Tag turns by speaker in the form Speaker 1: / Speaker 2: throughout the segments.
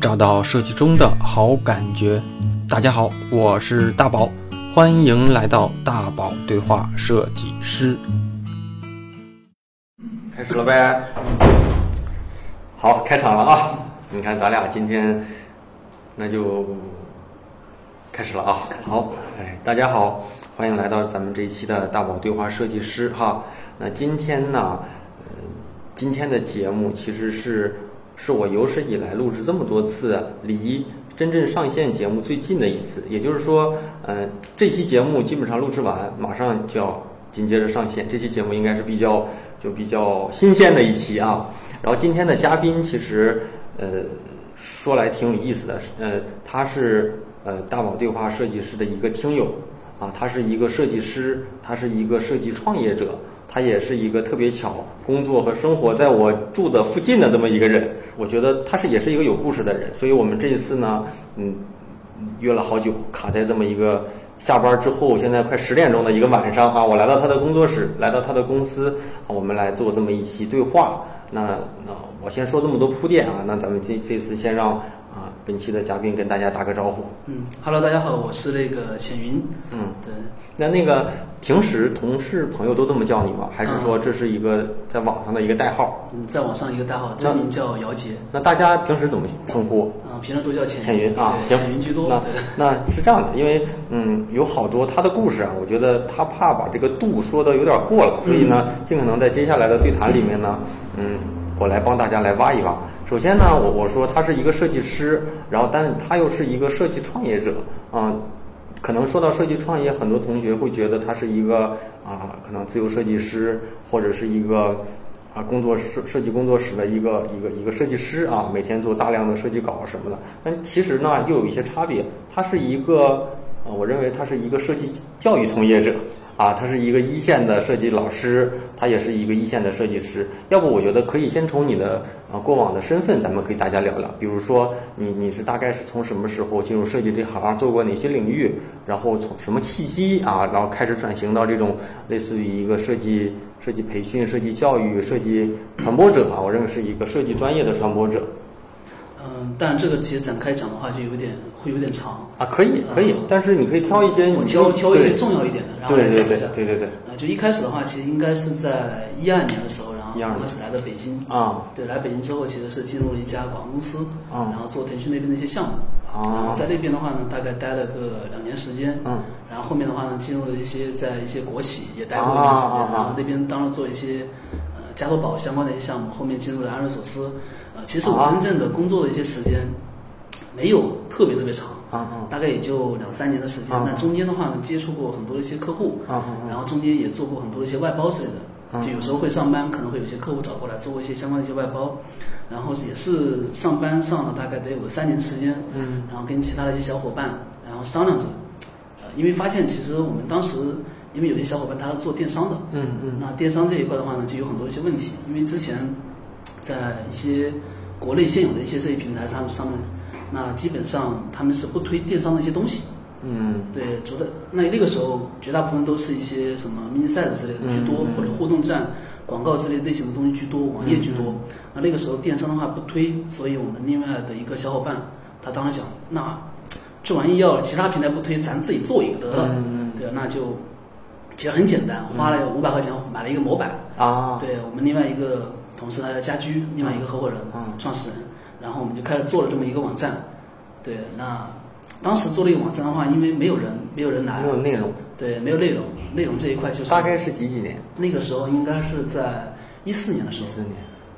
Speaker 1: 找到设计中的好感觉。大家好，我是大宝，欢迎来到大宝对话设计师。
Speaker 2: 开始了呗。好，开场了啊！你看咱俩今天，那就开始了啊。好，哎，大家好，欢迎来到咱们这一期的大宝对话设计师哈。那今天呢，呃今天的节目其实是是我有史以来录制这么多次离真正上线节目最近的一次，也就是说，呃，这期节目基本上录制完，马上就要紧接着上线。这期节目应该是比较就比较新鲜的一期啊。然后今天的嘉宾其实呃说来挺有意思的，呃，他是呃大宝对话设计师的一个听友啊，他是一个设计师，他是一个设计创业者。他也是一个特别巧，工作和生活在我住的附近的这么一个人，我觉得他是也是一个有故事的人，所以我们这一次呢，嗯，约了好久，卡在这么一个下班之后，现在快十点钟的一个晚上啊，我来到他的工作室，来到他的公司，啊我们来做这么一期对话。那那我先说这么多铺垫啊，那咱们这这次先让啊本期的嘉宾跟大家打个招呼。
Speaker 3: 嗯，Hello，大家好，我是那个显云。
Speaker 2: 嗯，
Speaker 3: 对，
Speaker 2: 那那个平时同事朋友都这么叫你吗？还是说这是一个在网上的一个代号？
Speaker 3: 嗯，在网上一个代号，真名叫姚杰，
Speaker 2: 那大家平时怎么称呼？
Speaker 3: 啊，平时都叫浅
Speaker 2: 浅云啊，
Speaker 3: 对
Speaker 2: 行，
Speaker 3: 浅云居多。
Speaker 2: 那
Speaker 3: 对，
Speaker 2: 那是这样的，因为嗯，有好多他的故事啊，我觉得他怕把这个度说的有点过了，所以呢，尽可能在接下来的对谈里面呢，嗯，我来帮大家来挖一挖。首先呢，我我说他是一个设计师，然后但他又是一个设计创业者，啊、可能说到设计创业，很多同学会觉得他是一个啊，可能自由设计师或者是一个啊工作室设计工作室的一个一个一个设计师啊，每天做大量的设计稿什么的。但其实呢，又有一些差别。他是一个，呃，我认为他是一个设计教育从业者啊，他是一个一线的设计老师，他也是一个一线的设计师。要不，我觉得可以先从你的啊过往的身份，咱们可以大家聊聊。比如说，你你是大概是从什么时候进入设计这行，做过哪些领域，然后从什么契机啊，然后开始转型到这种类似于一个设计设计培训、设计教育、设计传播者啊，我认为是一个设计专业的传播者
Speaker 3: 嗯，但这个其实展开讲的话，就有点会有点长。
Speaker 2: 啊，可以可以，但是你可以挑一些
Speaker 3: 嗯我
Speaker 2: 你
Speaker 3: 挑挑一些
Speaker 2: 对
Speaker 3: 重要一点的，然后来
Speaker 2: 对对
Speaker 3: 讲一
Speaker 2: 对
Speaker 3: 下。
Speaker 2: 对对对
Speaker 3: 呃，就一开始的话，其实应该是在一二年的时候，然后
Speaker 2: 12
Speaker 3: 刚开始来的北京。
Speaker 2: 啊
Speaker 3: 对，来北京之后，其实是进入了一家广告公司，
Speaker 2: 嗯
Speaker 3: 然后做腾讯那边的一些项目。然后
Speaker 2: 啊
Speaker 3: 在那边的话呢，大概待了个两年时间。
Speaker 2: 嗯
Speaker 3: 然后后面的话呢，进入了一些在一些国企也待过一段时间，
Speaker 2: 啊啊啊
Speaker 3: 然后那边当时做一些呃加多宝相关的一些项目，后面进入了安瑞索斯。呃，其实我
Speaker 2: 啊
Speaker 3: 真正的工作的一些时间没有特别特别长，
Speaker 2: 啊啊
Speaker 3: 大概也就两三年的时间
Speaker 2: 啊。
Speaker 3: 但中间的话呢，接触过很多的一些客户，
Speaker 2: 啊啊
Speaker 3: 然后中间也做过很多一些外包之类
Speaker 2: 嗯
Speaker 3: 的，就有时候会上班，可能会有些客户找过来做过一些相关的一些外包，然后也是上班上了大概得有个三年时间，
Speaker 2: 嗯，
Speaker 3: 然后跟其他的一些小伙伴，然后商量着，呃，因为发现其实我们当时因为有些小伙伴他是做电商的，
Speaker 2: 嗯嗯
Speaker 3: 那电商这一块的话呢，就有很多一些问题，因为之前在一些国内现有的一些设计平台上上面，那基本上他们是不推电商的一些东西，
Speaker 2: 嗯
Speaker 3: 对，主的那那个时候，绝大部分都是一些什么 mini site 之类的居多，
Speaker 2: 嗯嗯
Speaker 3: 或者互动站、广告之类类型的东西居多，网页居
Speaker 2: 嗯
Speaker 3: 多。那那个时候电商的话不推，所以我们另外的一个小伙伴，他当时想，那这玩意要其他平台不推，咱自己做一个得了。
Speaker 2: 嗯
Speaker 3: 对，那就其实很简单，花了五百块钱买了一个模板。
Speaker 2: 啊
Speaker 3: 对我们另外一个同事，他叫家居，另外一个合伙人。
Speaker 2: 嗯
Speaker 3: 创始人，然后我们就开始做了这么一个网站。对，那当时做了一个网站的话，因为没有人，没有人来
Speaker 2: 没，有内容，
Speaker 3: 对，没有内容，内容这一块就是
Speaker 2: 大概是几几年？
Speaker 3: 那个时候应该是在一四年的时
Speaker 2: 一
Speaker 3: 候，
Speaker 2: 四年。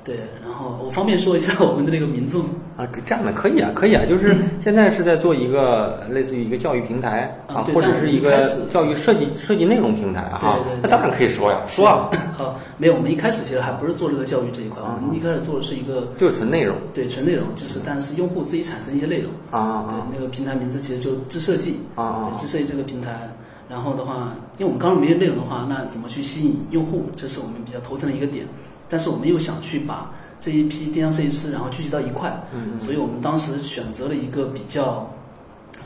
Speaker 3: 对，然后我方便说一下 我们的那个名字吗？
Speaker 2: 啊，这样的可以啊，可以啊，就是现在是在做一个类似于一个教育平台
Speaker 3: 嗯
Speaker 2: 啊，
Speaker 3: 对
Speaker 2: 或者
Speaker 3: 但
Speaker 2: 是
Speaker 3: 我们
Speaker 2: 一
Speaker 3: 一开
Speaker 2: 个
Speaker 3: 始
Speaker 2: 教育设计设计内容平台啊哈
Speaker 3: 对对对，
Speaker 2: 那当然可以说呀，说啊，
Speaker 3: 好，没有，我们一开始其实还不是做这个教育这一块，
Speaker 2: 嗯
Speaker 3: 我们一开始做的是一个
Speaker 2: 就是纯内容
Speaker 3: 对纯内容，就是但是用户自己产生一些内容。
Speaker 2: 啊
Speaker 3: 对
Speaker 2: 啊，
Speaker 3: 那个平台名字其实就知设计
Speaker 2: 啊啊
Speaker 3: 对知设计这个平台。然后的话，因为我们刚刚没有内容的话，那怎么去吸引用户，这是我们比较头疼的一个点。但是我们又想去把这一批电商设计师，然后聚集到一块，
Speaker 2: 嗯
Speaker 3: 所以我们当时选择了一个比较，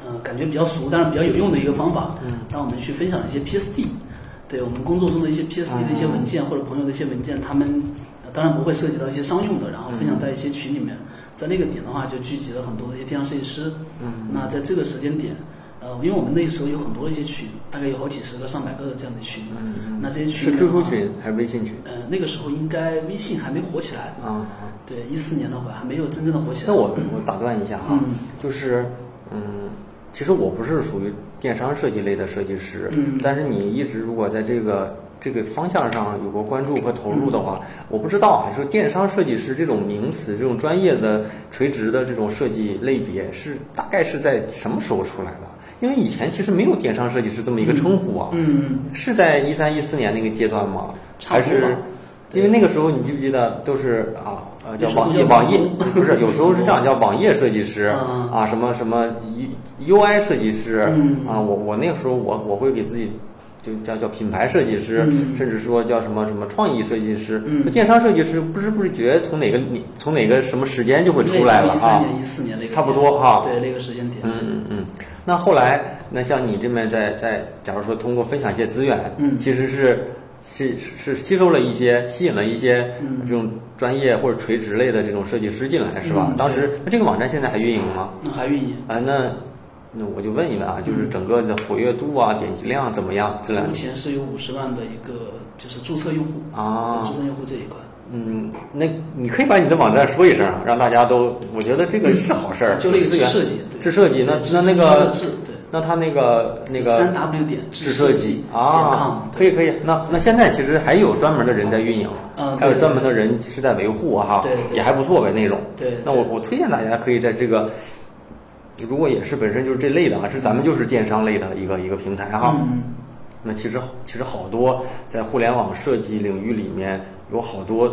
Speaker 3: 呃，感觉比较俗，但是比较有用的一个方法，
Speaker 2: 嗯
Speaker 3: 让我们去
Speaker 2: 啊
Speaker 3: 分享一些 PSD，对我们工作中的一些 PSD 的一些文件、或者朋友的一些文件，他们呃当然不会涉及到一些商用的，然后分
Speaker 2: 嗯
Speaker 3: 享在一些群里面。在那个点的话，就聚集了很多的一些电商设计师。嗯，那在这个时间点，呃，因为我们那时候有很多的一些群，大概有好几十个、上百个的这样的群。嗯，那这些
Speaker 2: 是
Speaker 3: 群
Speaker 2: QQ
Speaker 3: 群，
Speaker 2: 群还是微信群？
Speaker 3: 呃，那个时候应该微信还没火起来。
Speaker 2: 啊，
Speaker 3: 对，一四年的话还没有真正的火起
Speaker 2: 那
Speaker 3: 来。
Speaker 2: 我我打断一下哈
Speaker 3: 嗯，
Speaker 2: 就是嗯，其实我不是属于电商设计类的设计师
Speaker 3: 嗯，
Speaker 2: 但是你一直如果在这个这个方向上有过关注和投入的
Speaker 3: 嗯
Speaker 2: 话，我不知道啊，说电商设计师这种名词，这种专业的垂直的这种设计类别是大概是在什么时候出来的？因为以前其实没有电商设计师这么一个称呼啊，
Speaker 3: 嗯，
Speaker 2: 是在一三一四年那个阶段吗？
Speaker 3: 差
Speaker 2: 还
Speaker 3: 不多吧
Speaker 2: 是因为那个时候你记不记得都是啊呃叫
Speaker 3: 有时候
Speaker 2: 网页
Speaker 3: 叫
Speaker 2: 网页
Speaker 3: 网红
Speaker 2: 不是有时候是这 样叫网页设计师
Speaker 3: 嗯
Speaker 2: 啊什么什么 U UI 设计师
Speaker 3: 嗯
Speaker 2: 啊我我那个时候我我会给自己。就叫叫品牌设计师，
Speaker 3: 嗯
Speaker 2: 甚至说叫什么什么创意设计师，
Speaker 3: 嗯
Speaker 2: 就电商设计师不知不觉从哪个你从哪个什么时间就会出来了啊
Speaker 3: 一三，年、一四年那个
Speaker 2: 差不多啊哈
Speaker 3: 点对那个时间点。
Speaker 2: 嗯嗯嗯，那后来，那像你这边在在，假如说通过分享一些资源，
Speaker 3: 嗯
Speaker 2: 其实是是是是吸收了一些，吸引了一些
Speaker 3: 嗯
Speaker 2: 这种专业或者垂直类的这种设计师进来，是吧？
Speaker 3: 嗯
Speaker 2: 当时那这个网站现在还运营吗？
Speaker 3: 那还运营。
Speaker 2: 啊，那那我就问一问啊，就是
Speaker 3: 嗯
Speaker 2: 整个的活跃度啊、点击量怎么样？这两
Speaker 3: 目
Speaker 2: 年
Speaker 3: 前是有五十万的一个就是注册用户
Speaker 2: 啊
Speaker 3: 注册用户这一块，
Speaker 2: 嗯，那你可以把你的网站说一声，啊让大家都，我觉得这个是好事儿。
Speaker 3: 就那个
Speaker 2: 资
Speaker 3: 制
Speaker 2: 源
Speaker 3: 设计，对
Speaker 2: 制设计，那
Speaker 3: 对
Speaker 2: 那那
Speaker 3: 制制
Speaker 2: 个
Speaker 3: 制对
Speaker 2: 那他那个那个
Speaker 3: 三 W 点
Speaker 2: 制
Speaker 3: 设
Speaker 2: 设
Speaker 3: 计
Speaker 2: 计
Speaker 3: 点
Speaker 2: 啊
Speaker 3: com，，
Speaker 2: 可以可以。那那现在其实还有专门的人在运营
Speaker 3: 嗯，
Speaker 2: 还有
Speaker 3: 对
Speaker 2: 专门的人是在维护啊哈
Speaker 3: 对，对
Speaker 2: 也还不错呗那种。
Speaker 3: 对
Speaker 2: 那我我推荐大家可以在这个，如果也是本身就是这类的啊，是咱们就是电商类的一个一个平台哈。
Speaker 3: 嗯
Speaker 2: 那其实其实好多在互联网设计领域里面有好多，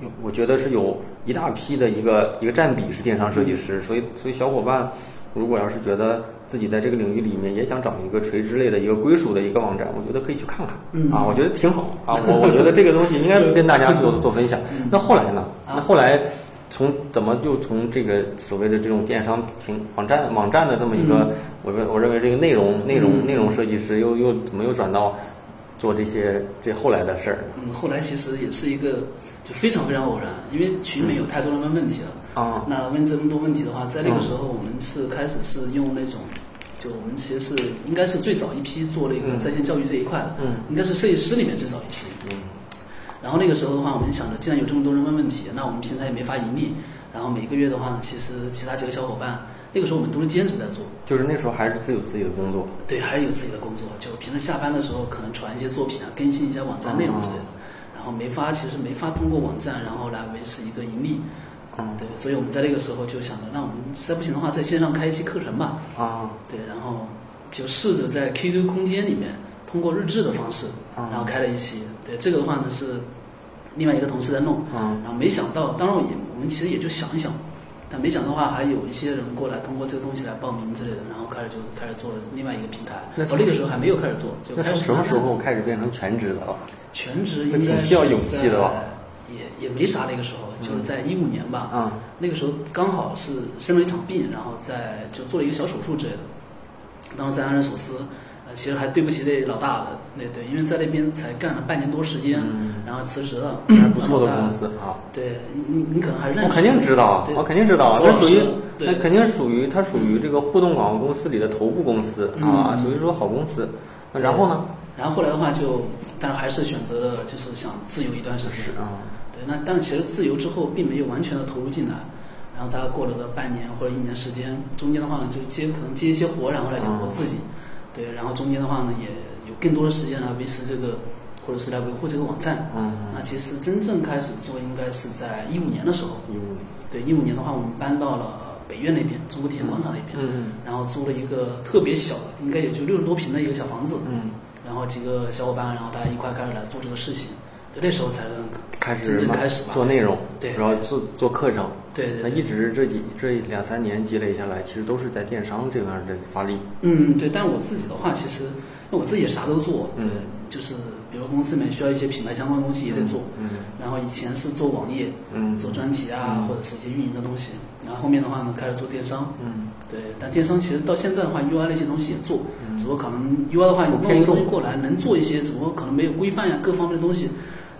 Speaker 2: 有我觉得是有一大批的一个一个占比是电商设计师，所以所以小伙伴如果要是觉得自己在这个领域里面也想找一个垂直类的一个归属的一个网站，我觉得可以去看看、
Speaker 3: 嗯
Speaker 2: 啊，我觉得挺好啊，我我觉得这个东西应该跟大家做做分享。
Speaker 3: 嗯
Speaker 2: 那后来呢？那后来。从怎么就从这个所谓的这种电商平网站网站的这么一个，我认我认为这个内容内容内容设计师又又怎么又转到做这些这后来的事儿？
Speaker 3: 嗯，后来其实也是一个就非常非常偶然，因为群里面有太多人问问题了。
Speaker 2: 啊
Speaker 3: 那问这么多问题的话，在那个时候我们是开始是用那种，就我们其实是应该是最早一批做那个在线教育这一块的，
Speaker 2: 嗯
Speaker 3: 应该是设计师里面最早一批。
Speaker 2: 嗯
Speaker 3: 然后那个时候的话，我们想着，既然有这么多人问问题，那我们平台也没法盈利。然后每个月的话呢，其实其他几个小伙伴，那个时候我们都是兼职在做，
Speaker 2: 就是那时候还是自有自己的工作，
Speaker 3: 对，还是有自己的工作，就平时下班的时候可能传一些作品啊，更新一下网站内容之类的。然后没法，其实没法通过网站然后来维持一个盈利。
Speaker 2: 嗯
Speaker 3: 对，所以我们在那个时候就想着，那我们再不行的话，在线上开一期课程吧。
Speaker 2: 啊
Speaker 3: 对，然后就试着在 QQ 空间里面通过日志的方式，
Speaker 2: 啊
Speaker 3: 然后开了一期。对，这个的话呢是另外一个同事在弄，
Speaker 2: 嗯
Speaker 3: 然啊后没想到，当然我也我们其实也就想一想，但没想到的话，还有一些人过来通过这个东西来报名之类的，然后开始就开始做了另外一个平台。
Speaker 2: 那
Speaker 3: 我那个时候还没有开始做，就
Speaker 2: 那
Speaker 3: 开
Speaker 2: 从
Speaker 3: 始
Speaker 2: 什么时候开始变成全职的了？
Speaker 3: 全职应
Speaker 2: 这
Speaker 3: 该
Speaker 2: 挺
Speaker 3: 是
Speaker 2: 需要勇气的吧
Speaker 3: 在？也也没啥，那个时候就是在一五年吧，
Speaker 2: 啊
Speaker 3: 那个时候刚好是生了一场病，然后在就做了一个小手术之类的。当时在安仁索斯，呃，其实还对不起那老大的，那对，因为在那边才干了半年多时间，
Speaker 2: 嗯
Speaker 3: 然后辞职了，
Speaker 2: 还不错的公司啊。
Speaker 3: 对你你你可能还认识，
Speaker 2: 我肯定知道啊
Speaker 3: 对，
Speaker 2: 我肯定知道啊，
Speaker 3: 左
Speaker 2: 那
Speaker 3: 老
Speaker 2: 属
Speaker 3: 师
Speaker 2: 于
Speaker 3: 对
Speaker 2: 那肯定属于它属于这个互动广告公司里的头部公司啊，
Speaker 3: 嗯
Speaker 2: 属于说好公司。那然后呢？
Speaker 3: 然后后来的话就，但是还是选择了就是想自由一段时间。
Speaker 2: 啊，
Speaker 3: 对，那但其实自由之后并没有完全的投入进来，然后大概过了个半年或者一年时间，中间的话呢就接可能接一些活，然后来养活
Speaker 2: 嗯
Speaker 3: 自己。对，然后中间的话呢也有更多的时间来维持这个，或者是来维护这个网站。
Speaker 2: 嗯，
Speaker 3: 那其实真正开始做应该是在一五年的时候。
Speaker 2: 有，
Speaker 3: 对，一五年的话我们搬到了北苑那边，中国体验广场那边。
Speaker 2: 嗯
Speaker 3: 然后租了一个特别小的，应该也就六十多平的一个小房子，
Speaker 2: 嗯，
Speaker 3: 然后几个小伙伴，然后大家一块开始来做这个事情，就那时候才能
Speaker 2: 开始
Speaker 3: 真正
Speaker 2: 慢
Speaker 3: 开始吧。
Speaker 2: 做内容，
Speaker 3: 对
Speaker 2: 然后做做课程，
Speaker 3: 对对
Speaker 2: 那
Speaker 3: 对，
Speaker 2: 一直这几这两三年积累下来，其实都是在电商这边的发力。
Speaker 3: 嗯对，但是我自己的话，其实因为我自己也啥都做，
Speaker 2: 嗯
Speaker 3: 对，就是比如公司里面需要一些品牌相关的东西也得做，
Speaker 2: 嗯
Speaker 3: 然后以前是做网页，
Speaker 2: 嗯
Speaker 3: 做专题啊，
Speaker 2: 嗯
Speaker 3: 或者是一些运营的东西，然后后面的话呢开始做电商，
Speaker 2: 嗯，
Speaker 3: 对，但电商其实到现在的话，UI 那些东西也做，
Speaker 2: 嗯
Speaker 3: 只不过可能 UI 的话，你弄一个东西过来能做一些，只不过可能没有规范呀、各方面的东西。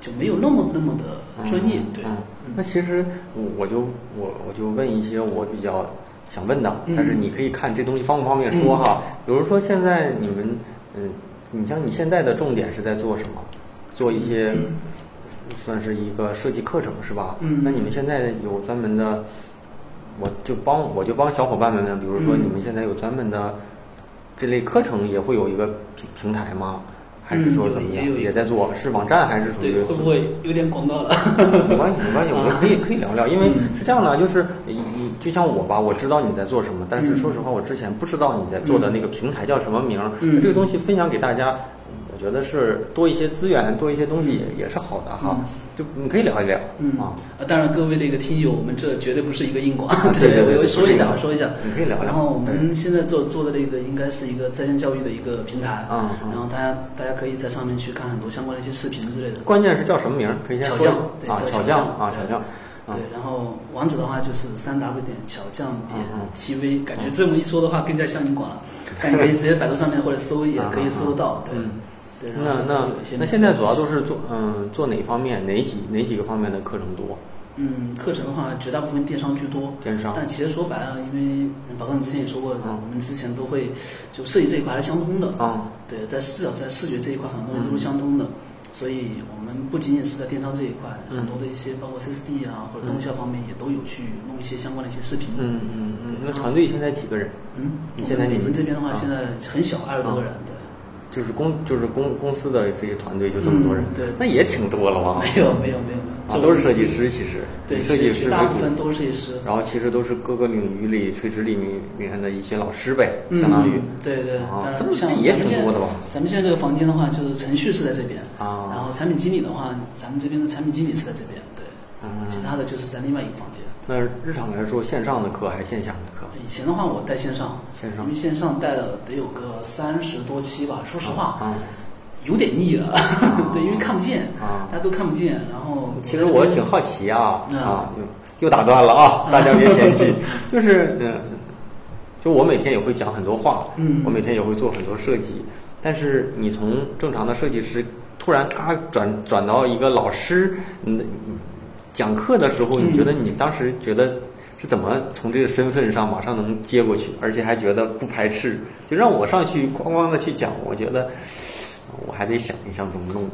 Speaker 3: 就没有那么那么的专业。
Speaker 2: 嗯嗯那其实我我就我我就问一些我比较想问的，
Speaker 3: 嗯
Speaker 2: 但是你可以看这东西方不方便说哈。比如说现在你们，嗯，你像你现在的重点是在做什么？做一些算是一个设计课程是吧？
Speaker 3: 嗯
Speaker 2: 那你们现在有专门的，我就帮我就帮小伙伴们，比如说
Speaker 3: 嗯
Speaker 2: 你们现在有专门的这类课程，也会有一个平平台吗？还是说
Speaker 3: 嗯有
Speaker 2: 怎么样？
Speaker 3: 也有一
Speaker 2: 也
Speaker 3: 个
Speaker 2: 在做，是网站还是属于
Speaker 3: 对，会不会有点广告了？
Speaker 2: 没关系，没关系，我们
Speaker 3: 啊嗯
Speaker 2: 可以可以聊聊，因为是这样的，啊就是你你就像我吧，我知道你在做什么，但是
Speaker 3: 嗯
Speaker 2: 说实话，我之前不知道你在做的那个平台叫什么名儿。
Speaker 3: 嗯
Speaker 2: 这个东西分享给大家，我觉得是多一些资源，多一些东西也也是好的哈。
Speaker 3: 嗯
Speaker 2: 就你可以聊一聊
Speaker 3: 嗯
Speaker 2: 啊，，
Speaker 3: 呃当然各位那个听友，我们这绝对不是一个硬广，
Speaker 2: 对对对
Speaker 3: 我
Speaker 2: 不
Speaker 3: 我
Speaker 2: 是
Speaker 3: 说一
Speaker 2: 硬
Speaker 3: 下，
Speaker 2: 广
Speaker 3: 说一下。
Speaker 2: 你可以聊聊。
Speaker 3: 然后我们现在做做的那个应该是一个在线教育的一个平台，
Speaker 2: 嗯嗯
Speaker 3: 然后大家大家可以在上面去看很多相关的一些视频之类的
Speaker 2: 对，关键是叫什么名儿？可以先
Speaker 3: 巧
Speaker 2: 说
Speaker 3: 匠对
Speaker 2: 啊，
Speaker 3: 叫
Speaker 2: 巧
Speaker 3: 巧
Speaker 2: 匠
Speaker 3: 匠
Speaker 2: 啊，巧
Speaker 3: 对
Speaker 2: 匠。嗯
Speaker 3: 对，然后网址的话就是三 w 点巧匠点
Speaker 2: 嗯
Speaker 3: tv，感觉这么一说的话更加像你广了，但你可以直接百度上面或者搜也可以搜得到，对
Speaker 2: 嗯，
Speaker 3: 对，然
Speaker 2: 那
Speaker 3: 后就
Speaker 2: 那
Speaker 3: 会有一些
Speaker 2: 那现在主要都是做嗯做哪方面哪几哪几个方面的课程多？
Speaker 3: 嗯，课程的话绝大部分电商居多，
Speaker 2: 电商
Speaker 3: 但其实说白了，因为嗯宝藏之前也说过，
Speaker 2: 嗯
Speaker 3: 我们之前都会就设计这一块还是相通的，
Speaker 2: 啊
Speaker 3: 对，在视角在视觉这一块很
Speaker 2: 嗯
Speaker 3: 多东西都是相通的，所以我们不仅仅是在电商这一块，
Speaker 2: 嗯
Speaker 3: 很多的一些包括 CSD 啊或者动效方面也都有去弄一些相关的一些视频。
Speaker 2: 嗯嗯嗯，那团队现在几个人？
Speaker 3: 嗯，
Speaker 2: 你现在你
Speaker 3: 我
Speaker 2: 们
Speaker 3: 们这边的
Speaker 2: 啊
Speaker 3: 话，现在很小，二十多个人，对。
Speaker 2: 就是公就是公公司的这些团队就这么多人，
Speaker 3: 嗯对
Speaker 2: 那也挺多了吧？
Speaker 3: 没有没有没有，
Speaker 2: 啊，都是设计，师，其实
Speaker 3: 对，
Speaker 2: 以设计
Speaker 3: 其
Speaker 2: 师
Speaker 3: 实
Speaker 2: 为
Speaker 3: 大部分
Speaker 2: 主，
Speaker 3: 都是设计师，
Speaker 2: 然后其实都是各个领域里垂直领域里面的一些老师呗，
Speaker 3: 嗯
Speaker 2: 相当于
Speaker 3: 对对，当
Speaker 2: 啊，
Speaker 3: 然
Speaker 2: 这么
Speaker 3: 像
Speaker 2: 这也
Speaker 3: 咱们
Speaker 2: 挺
Speaker 3: 现
Speaker 2: 多
Speaker 3: 在
Speaker 2: 的吧？
Speaker 3: 咱们现在这个房间的话，就是程序是在这边，
Speaker 2: 啊
Speaker 3: 然后产品经理的话，咱们这边的产品经理是在这边，对，
Speaker 2: 嗯，
Speaker 3: 其他的就是在另外一个房间。
Speaker 2: 那日常来说，线上的课还是线下的课？
Speaker 3: 以前的话，我带线上，
Speaker 2: 线上
Speaker 3: 因为线上带了得有个三十多期吧。说实话，
Speaker 2: 啊，
Speaker 3: 有点腻了，
Speaker 2: 啊
Speaker 3: 对，因为看不见，
Speaker 2: 啊
Speaker 3: 大家都看不见。然后
Speaker 2: 其实我挺好奇啊
Speaker 3: 嗯
Speaker 2: 啊，又又打断了啊，大家别嫌弃， 就是嗯，就我每天也会讲很多话，
Speaker 3: 嗯
Speaker 2: 我每天也会做很多设计，但是你从正常的设计师突然嘎转转到一个老师，你的你讲课的时候，
Speaker 3: 嗯
Speaker 2: 你觉得你当时觉得是怎么从这个身份上马上能接过去，而且还觉得不排斥，就让我上去咣咣的去讲，我觉得我还得想一想怎么弄，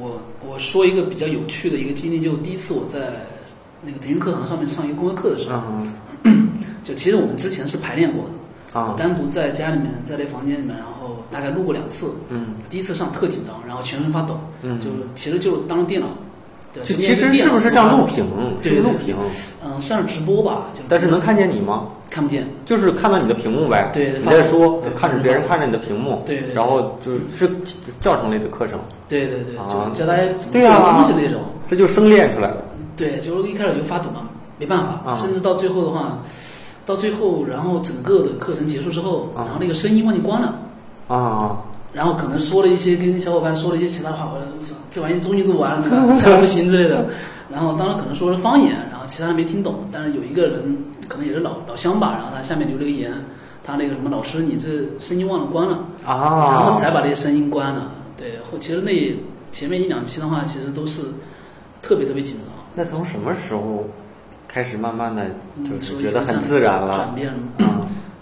Speaker 3: 我我说一个比较有趣的一个经历，就第一次我在那个腾讯课堂上面上一个公开课的时候，
Speaker 2: 嗯
Speaker 3: 就其实我们之前是排练过的，
Speaker 2: 啊
Speaker 3: 我单独在家里面，在那房间里面，然后大概录过两次。
Speaker 2: 嗯。
Speaker 3: 第一次上特紧张，然后全身发抖，
Speaker 2: 嗯
Speaker 3: 就其实就当着电脑，对，
Speaker 2: 就
Speaker 3: 就
Speaker 2: 其实是不是这样录屏？
Speaker 3: 对
Speaker 2: 是
Speaker 3: 对
Speaker 2: 录屏，
Speaker 3: 嗯，算是直播吧，就
Speaker 2: 但是能看见你吗？
Speaker 3: 看不见。
Speaker 2: 就是看到你的屏幕呗。
Speaker 3: 对
Speaker 2: 你
Speaker 3: 发
Speaker 2: 在说，
Speaker 3: 对
Speaker 2: 看着
Speaker 3: 发
Speaker 2: 别人看着你的屏幕。
Speaker 3: 对对对
Speaker 2: 然后就是教程类的课程，
Speaker 3: 对对对，
Speaker 2: 啊
Speaker 3: 就教大家怎么
Speaker 2: 对
Speaker 3: 做
Speaker 2: 啊
Speaker 3: 东西那种。
Speaker 2: 这就生练出来了。
Speaker 3: 对，就是一开始就发抖嘛，没办法，
Speaker 2: 啊
Speaker 3: 甚至到最后的话，到最后，然后整个的课程结束之后，
Speaker 2: 啊
Speaker 3: 然后那个声音忘记关了，
Speaker 2: 啊，
Speaker 3: 然后可能说了一些跟小伙伴说了一些其他话，我说这玩意终于录完了，对吧下不行之类的。然后当然可能说了方言，然后其他人没听懂，但是有一个人可能也是老老乡吧，然后他下面留了个言，他那个什么老师你这声音忘了关了。
Speaker 2: 啊，
Speaker 3: 然后才把这些声音关了。对，后其实那前面一两期的话，其实都是特别特别紧张，
Speaker 2: 那从什么时候开始慢慢的就
Speaker 3: 嗯
Speaker 2: 是
Speaker 3: 所以
Speaker 2: 觉得
Speaker 3: 这
Speaker 2: 很
Speaker 3: 样
Speaker 2: 自然了
Speaker 3: 转？变了。
Speaker 2: 嗯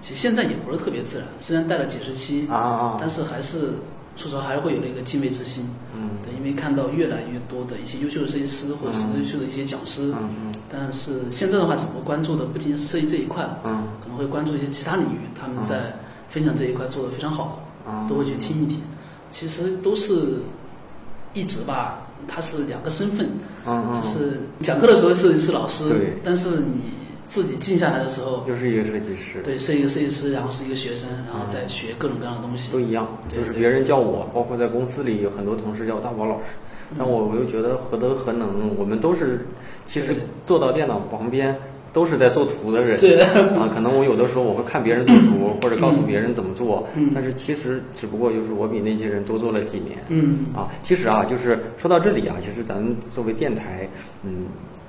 Speaker 3: 其实现在也不是特别自然，虽然带了解释期，
Speaker 2: 啊啊，
Speaker 3: 但是还是说实话还是会有那个敬畏之心。
Speaker 2: 嗯
Speaker 3: 对，因为看到越来越多的一些优秀的设计师或者是优秀的一些讲师，
Speaker 2: 嗯嗯
Speaker 3: 但是现在的话，只不过关注的不仅仅是设计这一块了，
Speaker 2: 嗯
Speaker 3: 可能会关注一些其他领域，他们在分享这一块做得非常好。
Speaker 2: 嗯，
Speaker 3: 都会去听一听。其实都是一直吧，它是两个身份，
Speaker 2: 嗯嗯，
Speaker 3: 就是讲课的时候是是老师
Speaker 2: 对，
Speaker 3: 但是你自己静下来的时候，
Speaker 2: 又是一个设计师，
Speaker 3: 对，是一个设计师，然后是一个学生，然后再学各种各样的东西
Speaker 2: 都。一样，
Speaker 3: 对
Speaker 2: 就是
Speaker 3: 对
Speaker 2: 别人叫我，包括在公司里有很多同事叫我大宝老师，但我我又觉得何德何能，我们都是其实
Speaker 3: 对
Speaker 2: 坐到电脑旁边都是在做图的人
Speaker 3: 对
Speaker 2: 啊。可能我有的时候我会看别人做图，或者告诉别人怎么做
Speaker 3: 嗯，
Speaker 2: 但是其实只不过就是我比那些人多做了几年
Speaker 3: 嗯，
Speaker 2: 啊。其实啊，就是说到这里啊，其实咱们作为电台，嗯，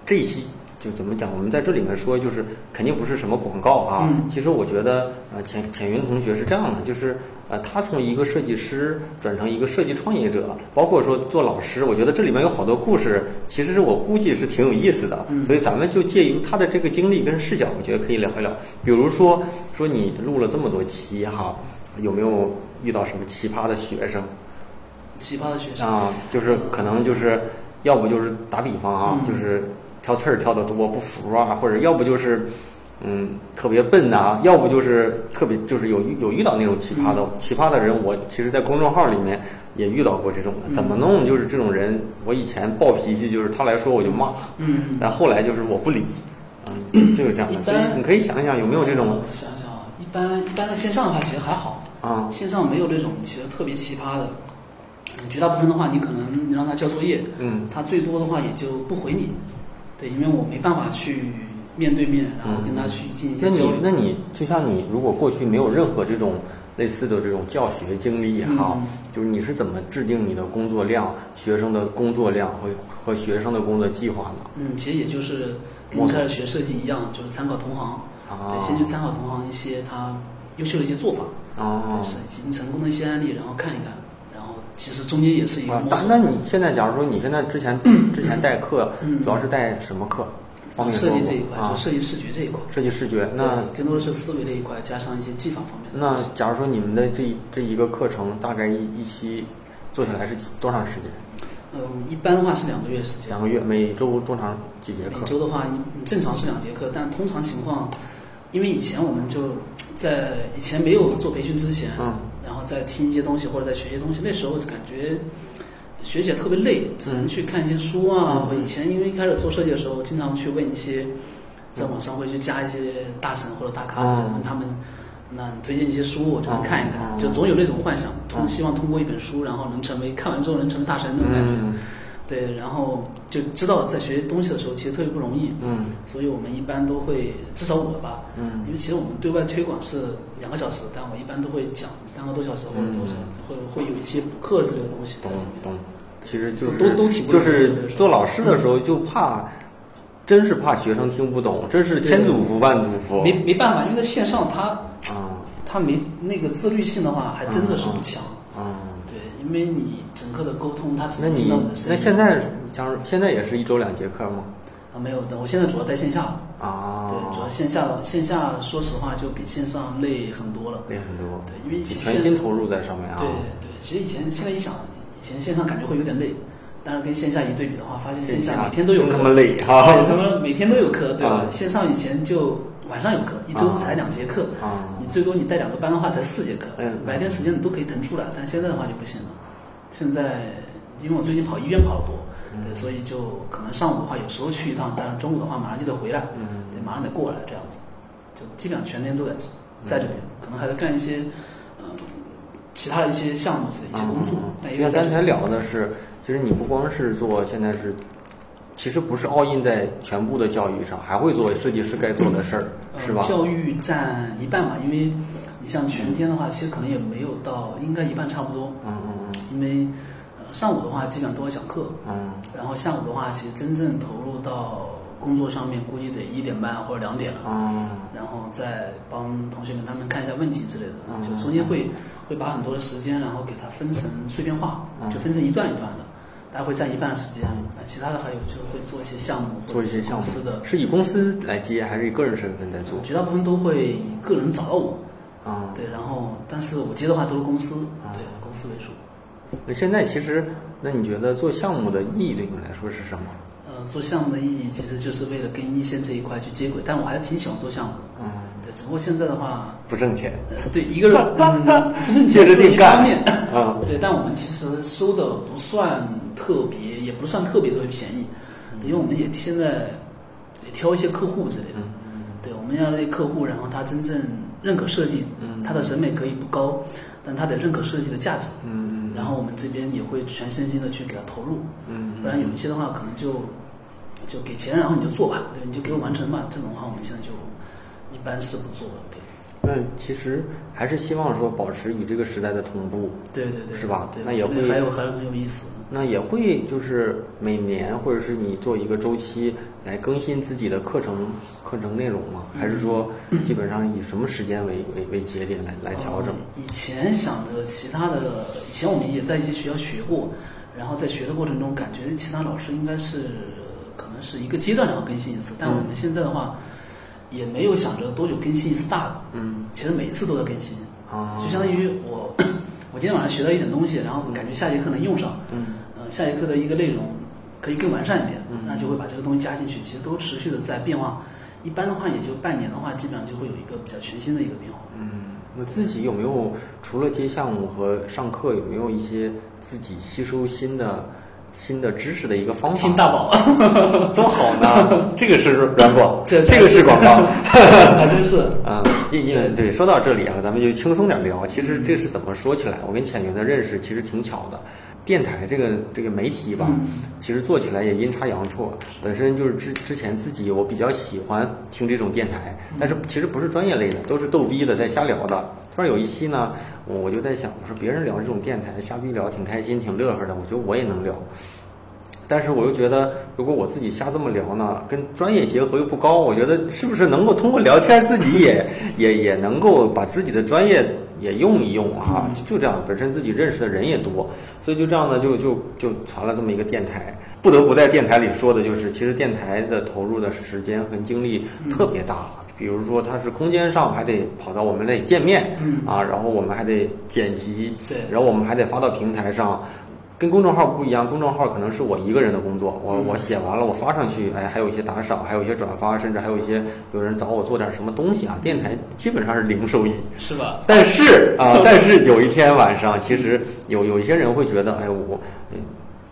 Speaker 2: 这一期。就怎么讲？我们在这里面说，就是肯定不是什么广告啊。
Speaker 3: 嗯
Speaker 2: 其实我觉得，呃，浅浅云同学是这样的，就是呃，他从一个设计师转成一个设计创业者，包括说做老师，我觉得这里面有好多故事，其实是我估计是挺有意思的。
Speaker 3: 嗯
Speaker 2: 所以咱们就借由他的这个经历跟视角，我觉得可以聊一聊。比如说，说你录了这么多期哈，有没有遇到什么奇葩的学生？
Speaker 3: 奇葩的学生，
Speaker 2: 啊，就是可能就是，要不就是打比方啊，
Speaker 3: 嗯
Speaker 2: 就是挑刺儿挑的多不服啊，或者要不就是，嗯，特别笨呐、要不就是特别就是有有遇到那种奇葩
Speaker 3: 嗯
Speaker 2: 的、奇葩的人，我其实，在公众号里面也遇到过这种的，怎
Speaker 3: 嗯
Speaker 2: 么弄就是这种人，我以前暴脾气就是他来说我就骂，
Speaker 3: 嗯，
Speaker 2: 但后来就是我不理， 嗯，就是这样的，
Speaker 3: 一般
Speaker 2: 所以你可以想一想有没有这种
Speaker 3: 我想想啊，一般一般在线上的话，其实还好，
Speaker 2: 啊，
Speaker 3: 线上没有这种其实特别奇葩的。嗯绝大部分的话，你可能你让他交作业，
Speaker 2: 嗯
Speaker 3: 他最多的话也就不回你，对，因为我没办法去面对面，然后跟他去进行一
Speaker 2: 那
Speaker 3: 些交
Speaker 2: 你
Speaker 3: 流。
Speaker 2: 那你就像你如果过去没有任何这种类似的这种教学经历也好，
Speaker 3: 嗯
Speaker 2: 就是你是怎么制定你的工作量、学生的工作量和和学生的工作计划呢？
Speaker 3: 嗯，其实也就是跟
Speaker 2: 摸
Speaker 3: 一
Speaker 2: 索
Speaker 3: 开始学设计一样，就是参考同行，
Speaker 2: 啊
Speaker 3: 嗯对，先去参考同行一些他优秀的一些做法，
Speaker 2: 啊
Speaker 3: 是已经成功的一些案例，然后看一看，然后其实中间也是一个
Speaker 2: 啊！
Speaker 3: 摸
Speaker 2: 但
Speaker 3: 索。
Speaker 2: 那你现在假如说你现在之 前之前代课，
Speaker 3: 嗯
Speaker 2: 主要是带什么课？方便
Speaker 3: 设
Speaker 2: 说
Speaker 3: 计
Speaker 2: 吗
Speaker 3: 这一块，
Speaker 2: 啊
Speaker 3: 就，设计视觉这一块，
Speaker 2: 设计视觉那。
Speaker 3: 对更多的是思维这一块，加上一些技法方面的
Speaker 2: 那
Speaker 3: 东西。
Speaker 2: 假如说你们的这一这一个课程大概一一期做下来是几多长时间？
Speaker 3: 嗯，一般的话是两个月时间
Speaker 2: 两，个月，每周多长几节课
Speaker 3: 每？周的话一嗯正常是两节课，但通常情况，因为以前我们就在以前没有做培训之前，
Speaker 2: 嗯
Speaker 3: 然后再听一些东西或者再学一些东西，那时候就感觉学起来特别累，只能去看一些书啊
Speaker 2: 嗯。
Speaker 3: 我以前因为一开始做设计的时候，经常去问一些，在网上会去加一些大神或者大咖子，
Speaker 2: 嗯
Speaker 3: 问他们。那你推荐一些书，我就能看一
Speaker 2: 嗯嗯
Speaker 3: 看，
Speaker 2: 嗯
Speaker 3: 就总有那种幻想，
Speaker 2: 嗯
Speaker 3: 通希望通过一本书，然后能成为看完之后能成为大神那种感觉。
Speaker 2: 嗯
Speaker 3: 对，然后就知道在学东西的时候其实特别不容易，
Speaker 2: 嗯
Speaker 3: 所以我们一般都会，至少我吧，
Speaker 2: 嗯
Speaker 3: 因为其实我们对外推广是两个小时，但我一般都会讲三个多小时或者多少，
Speaker 2: 嗯
Speaker 3: 会会有一些补课之类的东西在
Speaker 2: 懂
Speaker 3: 里面。
Speaker 2: 懂，其实就是
Speaker 3: 都都挺不
Speaker 2: 就
Speaker 3: 容易
Speaker 2: 是做老师的时候就怕，真是怕学生听不懂，真是千祖福万祖福
Speaker 3: 没没办法，因为在线上他
Speaker 2: 啊
Speaker 3: 他没那个自律性的话，还真的是不强。
Speaker 2: 啊！
Speaker 3: 对，因为你整个的沟通，他只
Speaker 2: 那
Speaker 3: 能听
Speaker 2: 你
Speaker 3: 到你的声音。
Speaker 2: 那现在，假如现在也是一周两节课吗？
Speaker 3: 啊没有的，我现在主要在线下了。
Speaker 2: 啊，
Speaker 3: 对，主要线下线下，说实话就比线上累很多了。
Speaker 2: 累很多，
Speaker 3: 对因为以前
Speaker 2: 全心投入在上面啊
Speaker 3: 对。对，其实以前现在一想，以前线上感觉会有点累，但是跟线下一对比的话，发现线下每天都有
Speaker 2: 真
Speaker 3: 课
Speaker 2: 他妈累
Speaker 3: 对，他
Speaker 2: 啊！
Speaker 3: 们每天都有课，对吧？
Speaker 2: 啊
Speaker 3: 线上以前就晚上有课，一周才两节课，
Speaker 2: 啊
Speaker 3: 你最多你带两个班的话才四节课，
Speaker 2: 嗯
Speaker 3: 白天时间你都可以腾出来，但现在的话就不行了。现在因为我最近跑医院跑得多，
Speaker 2: 嗯
Speaker 3: 对，所以就可能上午的话有时候去一趟，但是中午的话马上就得回来，
Speaker 2: 嗯
Speaker 3: 对，马上得过来这样子，就基本上全天都在在这边，可能还在干一些呃其他的一些项目之类的一些工作，但
Speaker 2: 就
Speaker 3: 因
Speaker 2: 像
Speaker 3: 为在
Speaker 2: 刚
Speaker 3: 这
Speaker 2: 才聊的是，其实你不光是做现在是，其实不是奥运在全部的教育上，还会做设计师该做的事儿，
Speaker 3: 呃
Speaker 2: 是吧？
Speaker 3: 教育占一半吧，因为你像全天的话，其实可能也没有到，应该一半差不多。
Speaker 2: 嗯嗯
Speaker 3: 因为呃上午的话基本上都要讲课，
Speaker 2: 嗯
Speaker 3: 然后下午的话，其实真正投入到工作上面，估计得一点半或者两点了，
Speaker 2: 嗯
Speaker 3: 然后再帮同学们他们看一下问题之类
Speaker 2: 嗯
Speaker 3: 的，就中间会会把很多的时间，然后给它分成碎片化
Speaker 2: 嗯，
Speaker 3: 就分成一段一段的。大家会占一半的时间，那其他的还有就会做一些项目，
Speaker 2: 做一些项目
Speaker 3: 或者是公司的，
Speaker 2: 是以公司来接还是以个人身份在做？
Speaker 3: 绝大部分都会以个人找到我，
Speaker 2: 啊、
Speaker 3: 对，然后但是我接的话都是公司，
Speaker 2: 啊
Speaker 3: 对公司为主。
Speaker 2: 那现在其实，那你觉得做项目的意义对你来说是什么？
Speaker 3: 呃，做项目的意义其实就是为了跟一线这一块去接轨，但我还是挺喜欢做项目的。
Speaker 2: 嗯，
Speaker 3: 对，只不过现在的话，
Speaker 2: 不挣钱
Speaker 3: 呃，对一个人嗯 不挣
Speaker 2: 接
Speaker 3: 钱
Speaker 2: 着
Speaker 3: 是
Speaker 2: 你
Speaker 3: 一
Speaker 2: 干
Speaker 3: 方面，
Speaker 2: 啊、
Speaker 3: 对，但我们其实收的不算特别，也不算特别特别便宜，
Speaker 2: 嗯
Speaker 3: 对因为我们也现在也挑一些客户之类
Speaker 2: 嗯
Speaker 3: 的。对，我们要那客户，然后他真正认可设计，
Speaker 2: 嗯
Speaker 3: 他的审美可以不高，但他得认可设计的价值。
Speaker 2: 嗯
Speaker 3: 然后我们这边也会全身心的去给他投入，
Speaker 2: 嗯
Speaker 3: 不然有一些的话可能就就给钱，然后你就做吧，对，你就给我完成吧。这种的话我们现在就一般是不做的，对。
Speaker 2: 那其实还是希望说保持与这个时代的同步，
Speaker 3: 对对对，
Speaker 2: 是吧
Speaker 3: 对，
Speaker 2: 那也
Speaker 3: 我觉得
Speaker 2: 会
Speaker 3: 还有还有很有意思。
Speaker 2: 那也会就是每年或者是你做一个周期来更新自己的课程课程内容吗？还是说基本上以什么时间为为为节点来来调整？
Speaker 3: 嗯以前想着其他的，以前我们也在一些学校学过，然后在学的过程中，感觉其他老师应该是可能是一个阶段然后更新一次，但我们
Speaker 2: 嗯
Speaker 3: 现在的话，也没有想着多久更新一次大的，
Speaker 2: 嗯
Speaker 3: 其实每一次都在更新，
Speaker 2: 啊，
Speaker 3: 就相当于我我今天晚上学到一点东西，然后感觉下节课能用上，
Speaker 2: 嗯
Speaker 3: 呃，下节课的一个内容可以更完善一点
Speaker 2: 嗯，
Speaker 3: 那就会把这个东西加进去，其实都持续的在变化，一般的话也就半年的话，基本上就会有一个比较全新的一个变化。
Speaker 2: 嗯，那自己有没有除了接项目和上课，有没有一些自己吸收新的新的知识的一个方法？
Speaker 3: 听大宝。啊
Speaker 2: 多好 呢！这个是软广，
Speaker 3: 这
Speaker 2: 这个是广告。
Speaker 3: 还真是。
Speaker 2: 啊，因因为对，说到这里啊，咱们就轻松点聊。其实这是怎么说起来，我跟浅云的认识其实挺巧的。电台这个这个媒体吧，
Speaker 3: 嗯
Speaker 2: 其实做起来也阴差阳错。本身就是之之前自己我比较喜欢听这种电台，但是其实不是专业类的，都是逗逼的在瞎聊的。突然有一期呢，我我就在想，我说别人聊这种电台瞎逼聊挺开心，挺乐呵的，我觉得我也能聊。但是我又觉得，如果我自己瞎这么聊呢，跟专业结合又不高，我觉得是不是能够通过聊天，自己也 也也能够把自己的专业也用一用啊？就就这样，本身自己认识的人也多，所以就这样呢，就就就传了这么一个电台。不得不在电台里说的就是，其实电台的投入的时间和精力特别大。啊比如说，它是空间上还得跑到我们那里见面，
Speaker 3: 嗯
Speaker 2: 啊，然后我们还得剪辑，
Speaker 3: 对
Speaker 2: 然后我们还得发到平台上，跟公众号不一样，公众号可能是我一个人的工作，
Speaker 3: 嗯
Speaker 2: 我我写完了，我发上去，哎，还有一些打赏，还有一些转发，甚至还有一些有人找我做点什么东西啊。电台基本上是零收益，
Speaker 3: 是吧？
Speaker 2: 但是啊，但是有一天晚上，其实有有一些人会觉得，哎，我，嗯，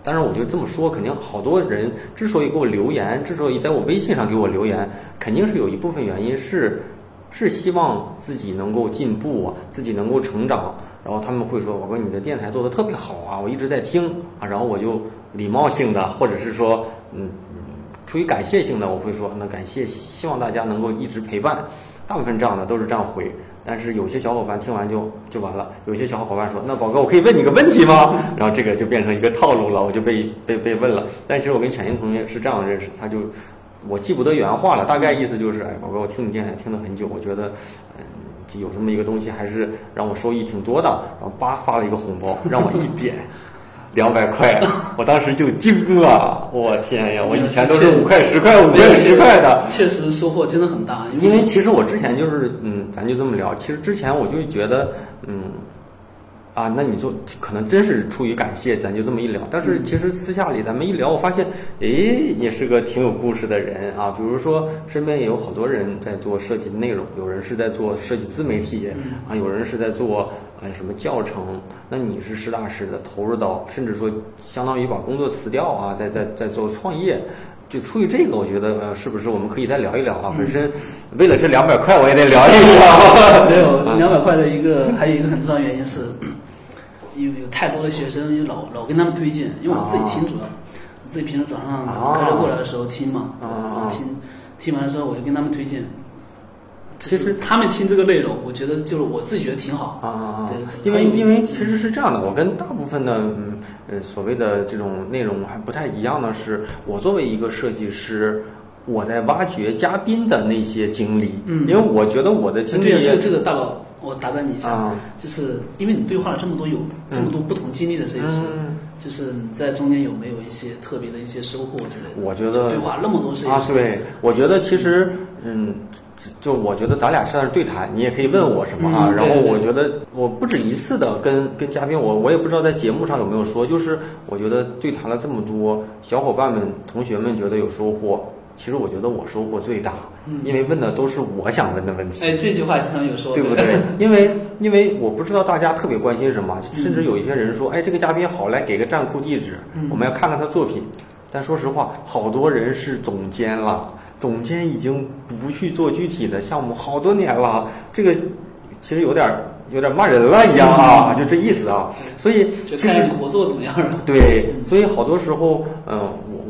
Speaker 2: 当然我就这么说，肯定好多人之所以给我留言，之所以在我微信上给我留言，肯定是有一部分原因是是希望自己能够进步啊，自己能够成长。然后他们会说：“我说你的电台做的特别好啊，我一直在听啊。”然后我就礼貌性的，或者是说，嗯，出于感谢性的，我会说那感谢，希望大家能够一直陪伴。大部分这样的都是这样回，但是有些小伙伴听完就就完了，有些小伙伴说：“那宝哥，我可以问你个问题吗？”然后这个就变成一个套路了，我就被被被问了。但其实我跟犬英同学是这样认识，他就我记不得原话了，大概意思就是：“哎，宝哥，我听你电台听了很久，我觉得嗯，就有这么一个东西，还是让我收益挺多的。”然后叭发了一个红包，让我一点。 两百块，我当时就惊了，我天
Speaker 3: 嗯
Speaker 2: 呀！我以前都是五块、十块、五块、十块的，
Speaker 3: 确实收获真的很大，
Speaker 2: 啊因为其实我之前就是，嗯，咱就这么聊。其实之前我就觉得，嗯，啊，那你就可能真是出于感谢，咱就这么一聊。但是其实私下里咱们一聊，我发现，诶，也是个挺有故事的人啊。比如说，身边也有好多人在做设计内容，有人是在做设计自媒体啊，有人是在做哎什么教程。那你是实打实的投入到，甚至说相当于把工作辞掉啊，在在在做创业。就出于这个，我觉得呃，是不是我们可以再聊一聊啊？本身为了这两百块，我也得聊一 聊。
Speaker 3: 没有两百块的一个，还有一个很重要的原因是， 因为有太多的学生因为老老跟他们推荐，因为我自己听主要，自己平时早上
Speaker 2: 啊
Speaker 3: 开车过来的时候听嘛，
Speaker 2: 啊
Speaker 3: 然后听听完之后我就跟他们推荐，
Speaker 2: 其实
Speaker 3: 就是他们听这个内容，我觉得就是我自己觉得挺好，
Speaker 2: 啊，
Speaker 3: 对
Speaker 2: 因为
Speaker 3: 还有
Speaker 2: 因为其实是这样的，我跟大部分的嗯呃所谓的这种内容还不太一样的是，我作为一个设计师，我在挖掘嘉宾的那些经历，
Speaker 3: 嗯
Speaker 2: 因为我觉得我的经历
Speaker 3: 对，这个这个大宝，我打断你一下，
Speaker 2: 啊，
Speaker 3: 就是因为你对话了这么多有这么多不同经历的设计师，
Speaker 2: 嗯，
Speaker 3: 就是你在中间有没有一些特别的一些收获之类的？
Speaker 2: 我觉
Speaker 3: 就
Speaker 2: 得
Speaker 3: 对话那么多设计
Speaker 2: 啊，
Speaker 3: 师，
Speaker 2: 对，我觉得其实，嗯，就我觉得咱俩算是对谈，你也可以问我什么啊。
Speaker 3: 嗯
Speaker 2: 然后
Speaker 3: 对对
Speaker 2: 我觉得我不止一次的跟跟嘉宾，我我也不知道在节目上有没有说，就是我觉得对谈了这么多，小伙伴们、同学们觉得有收获，其实我觉得我收获最大，
Speaker 3: 嗯
Speaker 2: 因为问的都是我想问的问题。
Speaker 3: 哎，这句话经常有说，
Speaker 2: 对不 对？因为因为我不知道大家特别关心什么，
Speaker 3: 嗯
Speaker 2: 甚至有一些人说，哎，这个嘉宾好，来给个站库地址，
Speaker 3: 嗯
Speaker 2: 我们要看看他作品。但说实话，好多人是总监了，总监已经不去做具体的项目好多年了，这个其实有点儿有点儿骂人了一样啊，就这意思啊。所以
Speaker 3: 嗯就
Speaker 2: 其
Speaker 3: 看
Speaker 2: 实
Speaker 3: 你合作怎么样了。
Speaker 2: 对，所以好多时候，嗯，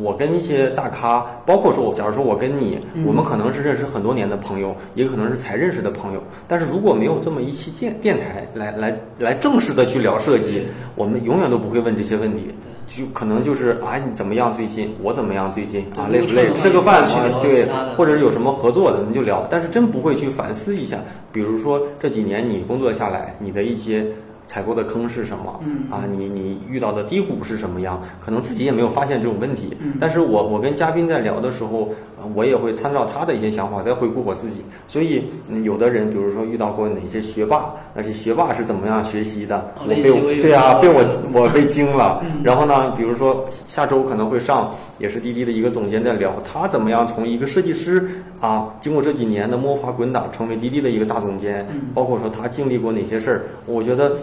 Speaker 2: 我我跟一些大咖，包括说我，假如说我跟你，
Speaker 3: 嗯
Speaker 2: 我们可能是认识很多年的朋友，也可能是才认识的朋友。但是如果没有这么一期电电台来来来正式的去聊设计，我们永远都不会问这些问题。就可能就是啊，你怎么样最近？我怎么样最近？啊，累
Speaker 3: 对如果
Speaker 2: 不累？
Speaker 3: 吃
Speaker 2: 吃个
Speaker 3: 个
Speaker 2: 饭
Speaker 3: 饭
Speaker 2: 啊
Speaker 3: 去聊，
Speaker 2: 对
Speaker 3: 其他的，
Speaker 2: 或者有什么合作的，你就聊。但是真不会去反思一下，比如说这几年你工作下来，你的一些采购的坑是什么？
Speaker 3: 嗯
Speaker 2: 啊，你你遇到的低谷是什么样？可能自己也没有发现这种问题。
Speaker 3: 嗯
Speaker 2: 但是我我跟嘉宾在聊的时候，呃我也会参照他的一些想法，再回顾我自己。所以嗯有的人，比如说遇到过哪些学霸，那些学霸是怎么样学习的？
Speaker 3: 哦
Speaker 2: 我
Speaker 3: 练
Speaker 2: 被
Speaker 3: 习我
Speaker 2: 我
Speaker 3: 也
Speaker 2: 对啊，
Speaker 3: 有
Speaker 2: 被我我被惊了。 然后呢，比如说下周可能会上，也是滴滴的一个总监在聊他怎么样从一个设计师啊，经过这几年的摸爬滚打，成为滴滴的一个大总监，包括说他经历过哪些事儿。我觉得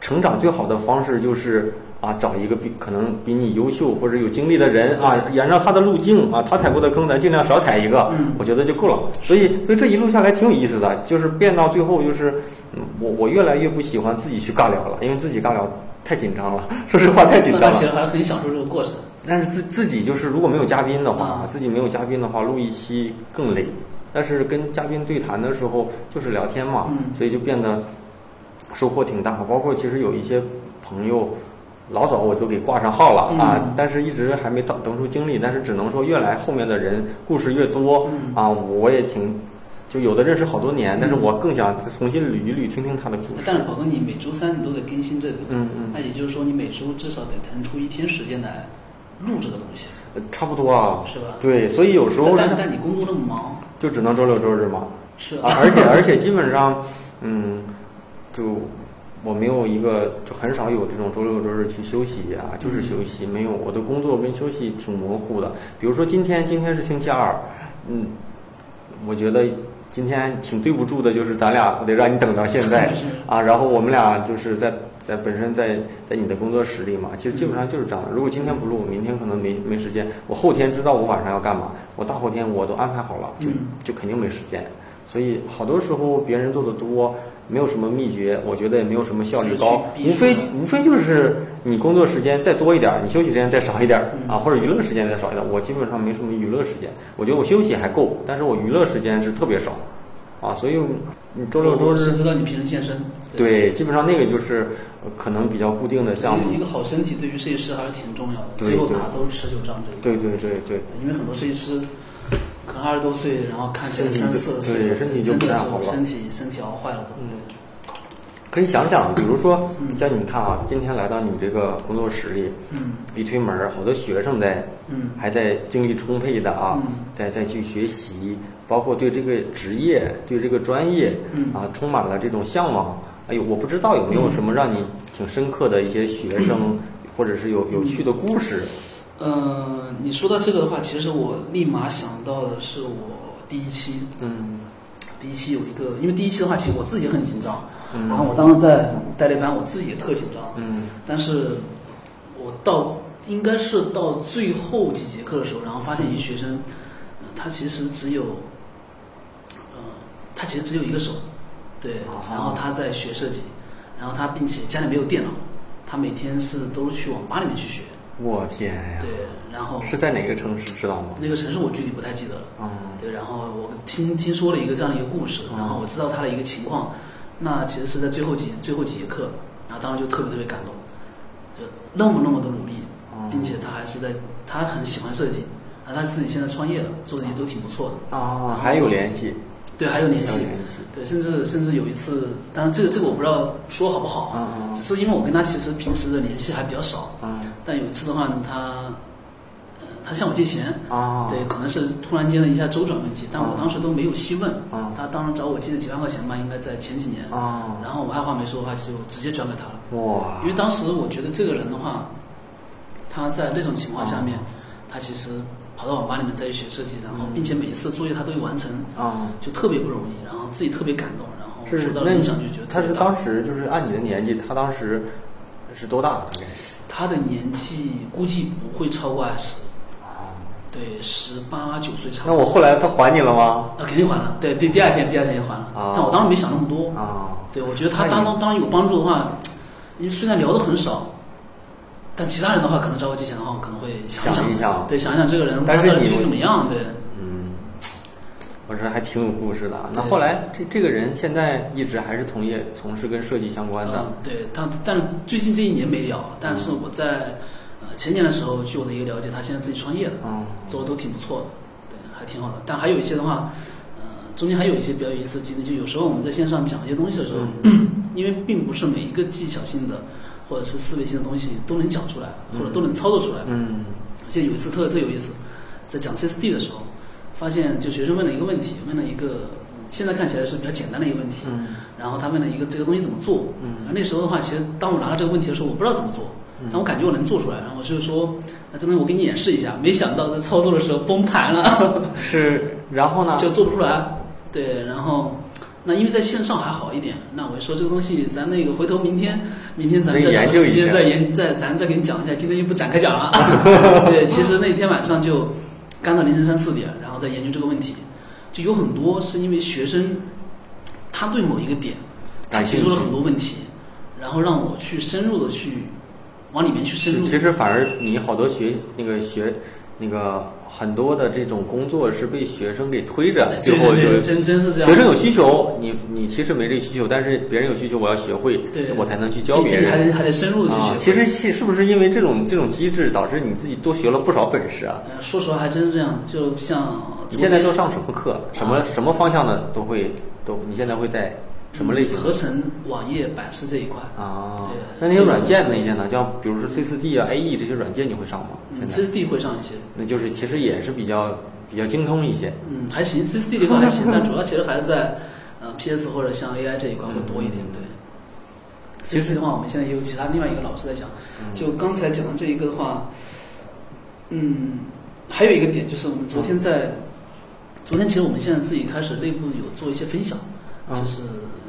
Speaker 2: 成长最好的方式就是啊，找一个比可能比你优秀或者有经历的人啊，沿着他的路径啊，他踩过的坑咱尽量少踩一个，
Speaker 3: 嗯
Speaker 2: 我觉得就够了。所以，所以这一路下来挺有意思的，就是变到最后就是，嗯我我越来越不喜欢自己去尬聊了，因为自己尬聊太紧张了，说实话太紧
Speaker 3: 那
Speaker 2: 张
Speaker 3: 他
Speaker 2: 了
Speaker 3: 其。实还是很享受这个过程。
Speaker 2: 但是自自己就是如果没有嘉宾的话，
Speaker 3: 啊
Speaker 2: 自己没有嘉宾的话，录一期更累。但是跟嘉宾对谈的时候就是聊天嘛，
Speaker 3: 嗯
Speaker 2: 所以就变得收获挺大。包括其实有一些朋友老早我就给挂上号了、
Speaker 3: 嗯
Speaker 2: 啊，但是一直还没到腾出精力，但是只能说越来后面的人故事越多、
Speaker 3: 嗯
Speaker 2: 啊，我也挺就有的认识好多年，但是我更想重新捋一捋，听听他的故事
Speaker 3: 但。是宝哥，你每周三你都得更新这个，
Speaker 2: 嗯嗯
Speaker 3: 那也就是说你每周至少得腾出一天时间来录这个东西，
Speaker 2: 呃差不多啊。
Speaker 3: 是吧？
Speaker 2: 对，所以有时候
Speaker 3: 但但但你工作那么忙，
Speaker 2: 就只能周六周日嘛。
Speaker 3: 是
Speaker 2: 啊，而且而且基本上，嗯，就我没有一个就很少有这种周六周日去休息啊，就是休息，没有我的工作跟休息挺模糊的。比如说今天今天是星期二，嗯，我觉得今天挺对不住的，就是咱俩我得让你等到现 在
Speaker 3: 是
Speaker 2: 啊，然后我们俩就是在在本身在在你的工作室里嘛，其实基本上就是这样的。如果今天不录，我明天可能没没时间，我后天知道我晚上要干嘛，我大后天我都安排好了，就
Speaker 3: 嗯
Speaker 2: 就肯定没时间。所以好多时候别人做的多，没有什么秘诀，我觉得也没有什么效率高，
Speaker 3: 就是去逼
Speaker 2: 无非
Speaker 3: 出来
Speaker 2: 无非就是你工作时间再多一点儿，你休息时间再少一点儿
Speaker 3: 嗯
Speaker 2: 啊，或者娱乐时间再少一点儿。我基本上没什么娱乐时间，我觉得我休息还够，但是我娱乐时间是特别少，啊，所以你周六周
Speaker 3: 我是
Speaker 2: 日
Speaker 3: 知道你平时健身，
Speaker 2: 对，基本上那个就是呃可能比较固定的项
Speaker 3: 一
Speaker 2: 目
Speaker 3: 个。好身体对于设计师还是挺重要的，
Speaker 2: 对
Speaker 3: 最后
Speaker 2: 对
Speaker 3: 大家都持久战这一块。
Speaker 2: 对对对对，
Speaker 3: 因为很多设计师可能二十多岁，然后看起来
Speaker 2: 身体
Speaker 3: 三
Speaker 2: 就
Speaker 3: 四十
Speaker 2: 对
Speaker 3: 岁了，
Speaker 2: 身体就不太好了
Speaker 3: 身体身体熬坏了都。
Speaker 2: 嗯，可以想想，比如说
Speaker 3: 嗯
Speaker 2: 像你看啊，今天来到你这个工作室里，
Speaker 3: 嗯
Speaker 2: 一推门儿，好多学生在
Speaker 3: 嗯
Speaker 2: 还在精力充沛的啊
Speaker 3: 嗯，
Speaker 2: 再再去学习，包括对这个职业、对这个专业
Speaker 3: 嗯
Speaker 2: 啊，充满了这种向往。哎呦，我不知道有没有什么让你挺深刻的一些学
Speaker 3: 嗯
Speaker 2: 生，或者是有有趣的故事。
Speaker 3: 呃，你说到这个的话，其实我立马想到的是我第一期，
Speaker 2: 嗯
Speaker 3: 第一期有一个，因为第一期的话，其实我自己也很紧张，
Speaker 2: 嗯
Speaker 3: 然后我当时在代练班，我自己也特紧张，
Speaker 2: 嗯
Speaker 3: 但是我到应该是到最后几节课的时候，然后发现一学生，呃他其实只有，呃，他其实只有一个手，对
Speaker 2: 哦，
Speaker 3: 然后他在学设计，然后他并且家里没有电脑，他每天是都去网吧里面去学，
Speaker 2: 我天呀，
Speaker 3: 对，然后
Speaker 2: 是在哪个城市知道吗？
Speaker 3: 那个城市我具体不太记得了。
Speaker 2: 嗯
Speaker 3: 对，然后我听听说了一个这样的一个故事，
Speaker 2: 嗯
Speaker 3: 然后我知道他的一个情况，那其实是在最后几最后几节课，然后当时就特别特别感动，就那么那么的努力，并且他还是在他很喜欢设计，啊，他自己现在创业了，做的也都挺不错的，
Speaker 2: 啊，还有联系，
Speaker 3: 对，还有
Speaker 2: 还
Speaker 3: 联
Speaker 2: 有
Speaker 3: 系，
Speaker 2: 联系。
Speaker 3: 对，甚至甚至有一次，当然这个这个我不知道说好不好啊，
Speaker 2: 嗯
Speaker 3: 只是因为我跟他其实平时的联系还比较少，
Speaker 2: 嗯
Speaker 3: 但有一次的话呢，他呃他向我借钱，
Speaker 2: 嗯啊，
Speaker 3: 对，可能是突然间的一下周转问题，但我当时都没有细问。
Speaker 2: 嗯
Speaker 3: 他当时找我借的几万块钱吧，应该在前几年。
Speaker 2: 啊，
Speaker 3: 然后我二话没说的话，其实我直接转给他了，
Speaker 2: 哇
Speaker 3: 因，为当时我觉得这个人的话，他在那种情况下面，他其实跑到网吧里面再去学设计，然
Speaker 2: 嗯
Speaker 3: 后并且每一次作业他都有完成，
Speaker 2: 啊。
Speaker 3: 就特别不容易，然后自己特别感动，然后
Speaker 2: 是
Speaker 3: 受到
Speaker 2: 那
Speaker 3: 影
Speaker 2: 你
Speaker 3: 响就觉得
Speaker 2: 他
Speaker 3: 特
Speaker 2: 是
Speaker 3: 别大。
Speaker 2: 当时就是按你的年纪，他当时是多大？大概
Speaker 3: 他的年纪估计不会超过二十，
Speaker 2: 啊
Speaker 3: 对，十八九岁差不
Speaker 2: 那
Speaker 3: 多。
Speaker 2: 我后来他还你了吗？
Speaker 3: 啊，肯定还了，对，第第二天第二天就还了，
Speaker 2: 啊
Speaker 3: 但我当时没想那么多，
Speaker 2: 啊，
Speaker 3: 对我觉得
Speaker 2: 那
Speaker 3: 他
Speaker 2: 你
Speaker 3: 当当当然有帮助的话，因为虽然聊的很少，但其他人的话，可能找我借钱的话，我可能会想
Speaker 2: 想一想
Speaker 3: 对，想想这个人他
Speaker 2: 但是
Speaker 3: 到底
Speaker 2: 你
Speaker 3: 最近怎么样，对，
Speaker 2: 嗯，我这还挺有故事的啊。那后来这这个人现在一直还是从业从事跟设计相关的嗯
Speaker 3: 嗯，对他，但是最近这一年没聊，但是我在呃前年的时候，据我的一个了解，他现在自己创业了，
Speaker 2: 嗯
Speaker 3: 做的都挺不错的，对，还挺好的。但还有一些的话，呃，中间还有一些比较有意思的经历，就有时候我们在线上讲一些东西的时候，
Speaker 2: 嗯
Speaker 3: 因为并不是每一个技巧性的或者是思维性的东西都能讲出来，或者都能操作出来。
Speaker 2: 嗯
Speaker 3: 我记得有一次特特有意思，在讲 CSD 的时候，发现就学生问了一个问题，问了一个嗯现在看起来是比较简单的一个问题，
Speaker 2: 嗯
Speaker 3: 然后他问了一个这个东西怎么做，
Speaker 2: 嗯，
Speaker 3: 那时候的话，其实当我拿到这个问题的时候，我不知道怎么做，但我感觉我能做出来，然后我就说，那这东西我给你演示一下，没想到在操作的时候崩盘了，
Speaker 2: 是，然后呢？
Speaker 3: 就做不出来，对，然后。那因为在线上还好一点，那我就说这个东西，咱那个回头明天，明天咱们
Speaker 2: 再
Speaker 3: 再找
Speaker 2: 研
Speaker 3: 个
Speaker 2: 究
Speaker 3: 时
Speaker 2: 一
Speaker 3: 间
Speaker 2: 下
Speaker 3: 再研再咱再给你讲一下，今天就不展开讲 了。对，其实那天晚上就干到凌晨三四点，然后再研究这个问题，就有很多是因为学生他对某一个点
Speaker 2: 感
Speaker 3: 提
Speaker 2: 兴
Speaker 3: 出了
Speaker 2: 趣
Speaker 3: 很多问题，然后让我去深入的去往里面去深
Speaker 2: 其
Speaker 3: 入。
Speaker 2: 其实反而你好多学那个学那个很多的这种工作是被学生给推着，最
Speaker 3: 对
Speaker 2: 后
Speaker 3: 对对，
Speaker 2: 就
Speaker 3: 真真是这样。
Speaker 2: 学生有需求，你你其实没这需求，但是别人有需求，我要学会
Speaker 3: 对，
Speaker 2: 我才能去教
Speaker 3: 你
Speaker 2: 别
Speaker 3: 你还
Speaker 2: 人。
Speaker 3: 得还得深入地去
Speaker 2: 啊
Speaker 3: 学。，
Speaker 2: 其实是是不是因为这种这种机制导致你自己多学了不少本事啊？
Speaker 3: 呃，说实话，还真是这样。就像
Speaker 2: 你现在都上什么课？什
Speaker 3: 啊
Speaker 2: 么什么方向的都会都？你现在会在什么类型的？
Speaker 3: 合成、网页、版式这一块。
Speaker 2: 啊
Speaker 3: 嗯对，
Speaker 2: 那那些软件那些呢？像比如说 C 4 D 啊、A E 这些软件，你会上吗？
Speaker 3: 嗯
Speaker 2: 现在
Speaker 3: ，CSD 会上一些，
Speaker 2: 那就是其实也是比较比较精通一些。
Speaker 3: 嗯，还行，CSD 这块还行，但主要其实还是在呃 PS 或者像 AI 这一块会多一点，对。
Speaker 2: 嗯其实嗯
Speaker 3: CSD 的话，我们现在也有其他另外一个老师在讲，就刚才讲的这一个的话，嗯，还有一个点就是我们昨
Speaker 2: 嗯
Speaker 3: 天在，昨天其实我们现在自己开始内部有做一些分享，
Speaker 2: 嗯
Speaker 3: 就是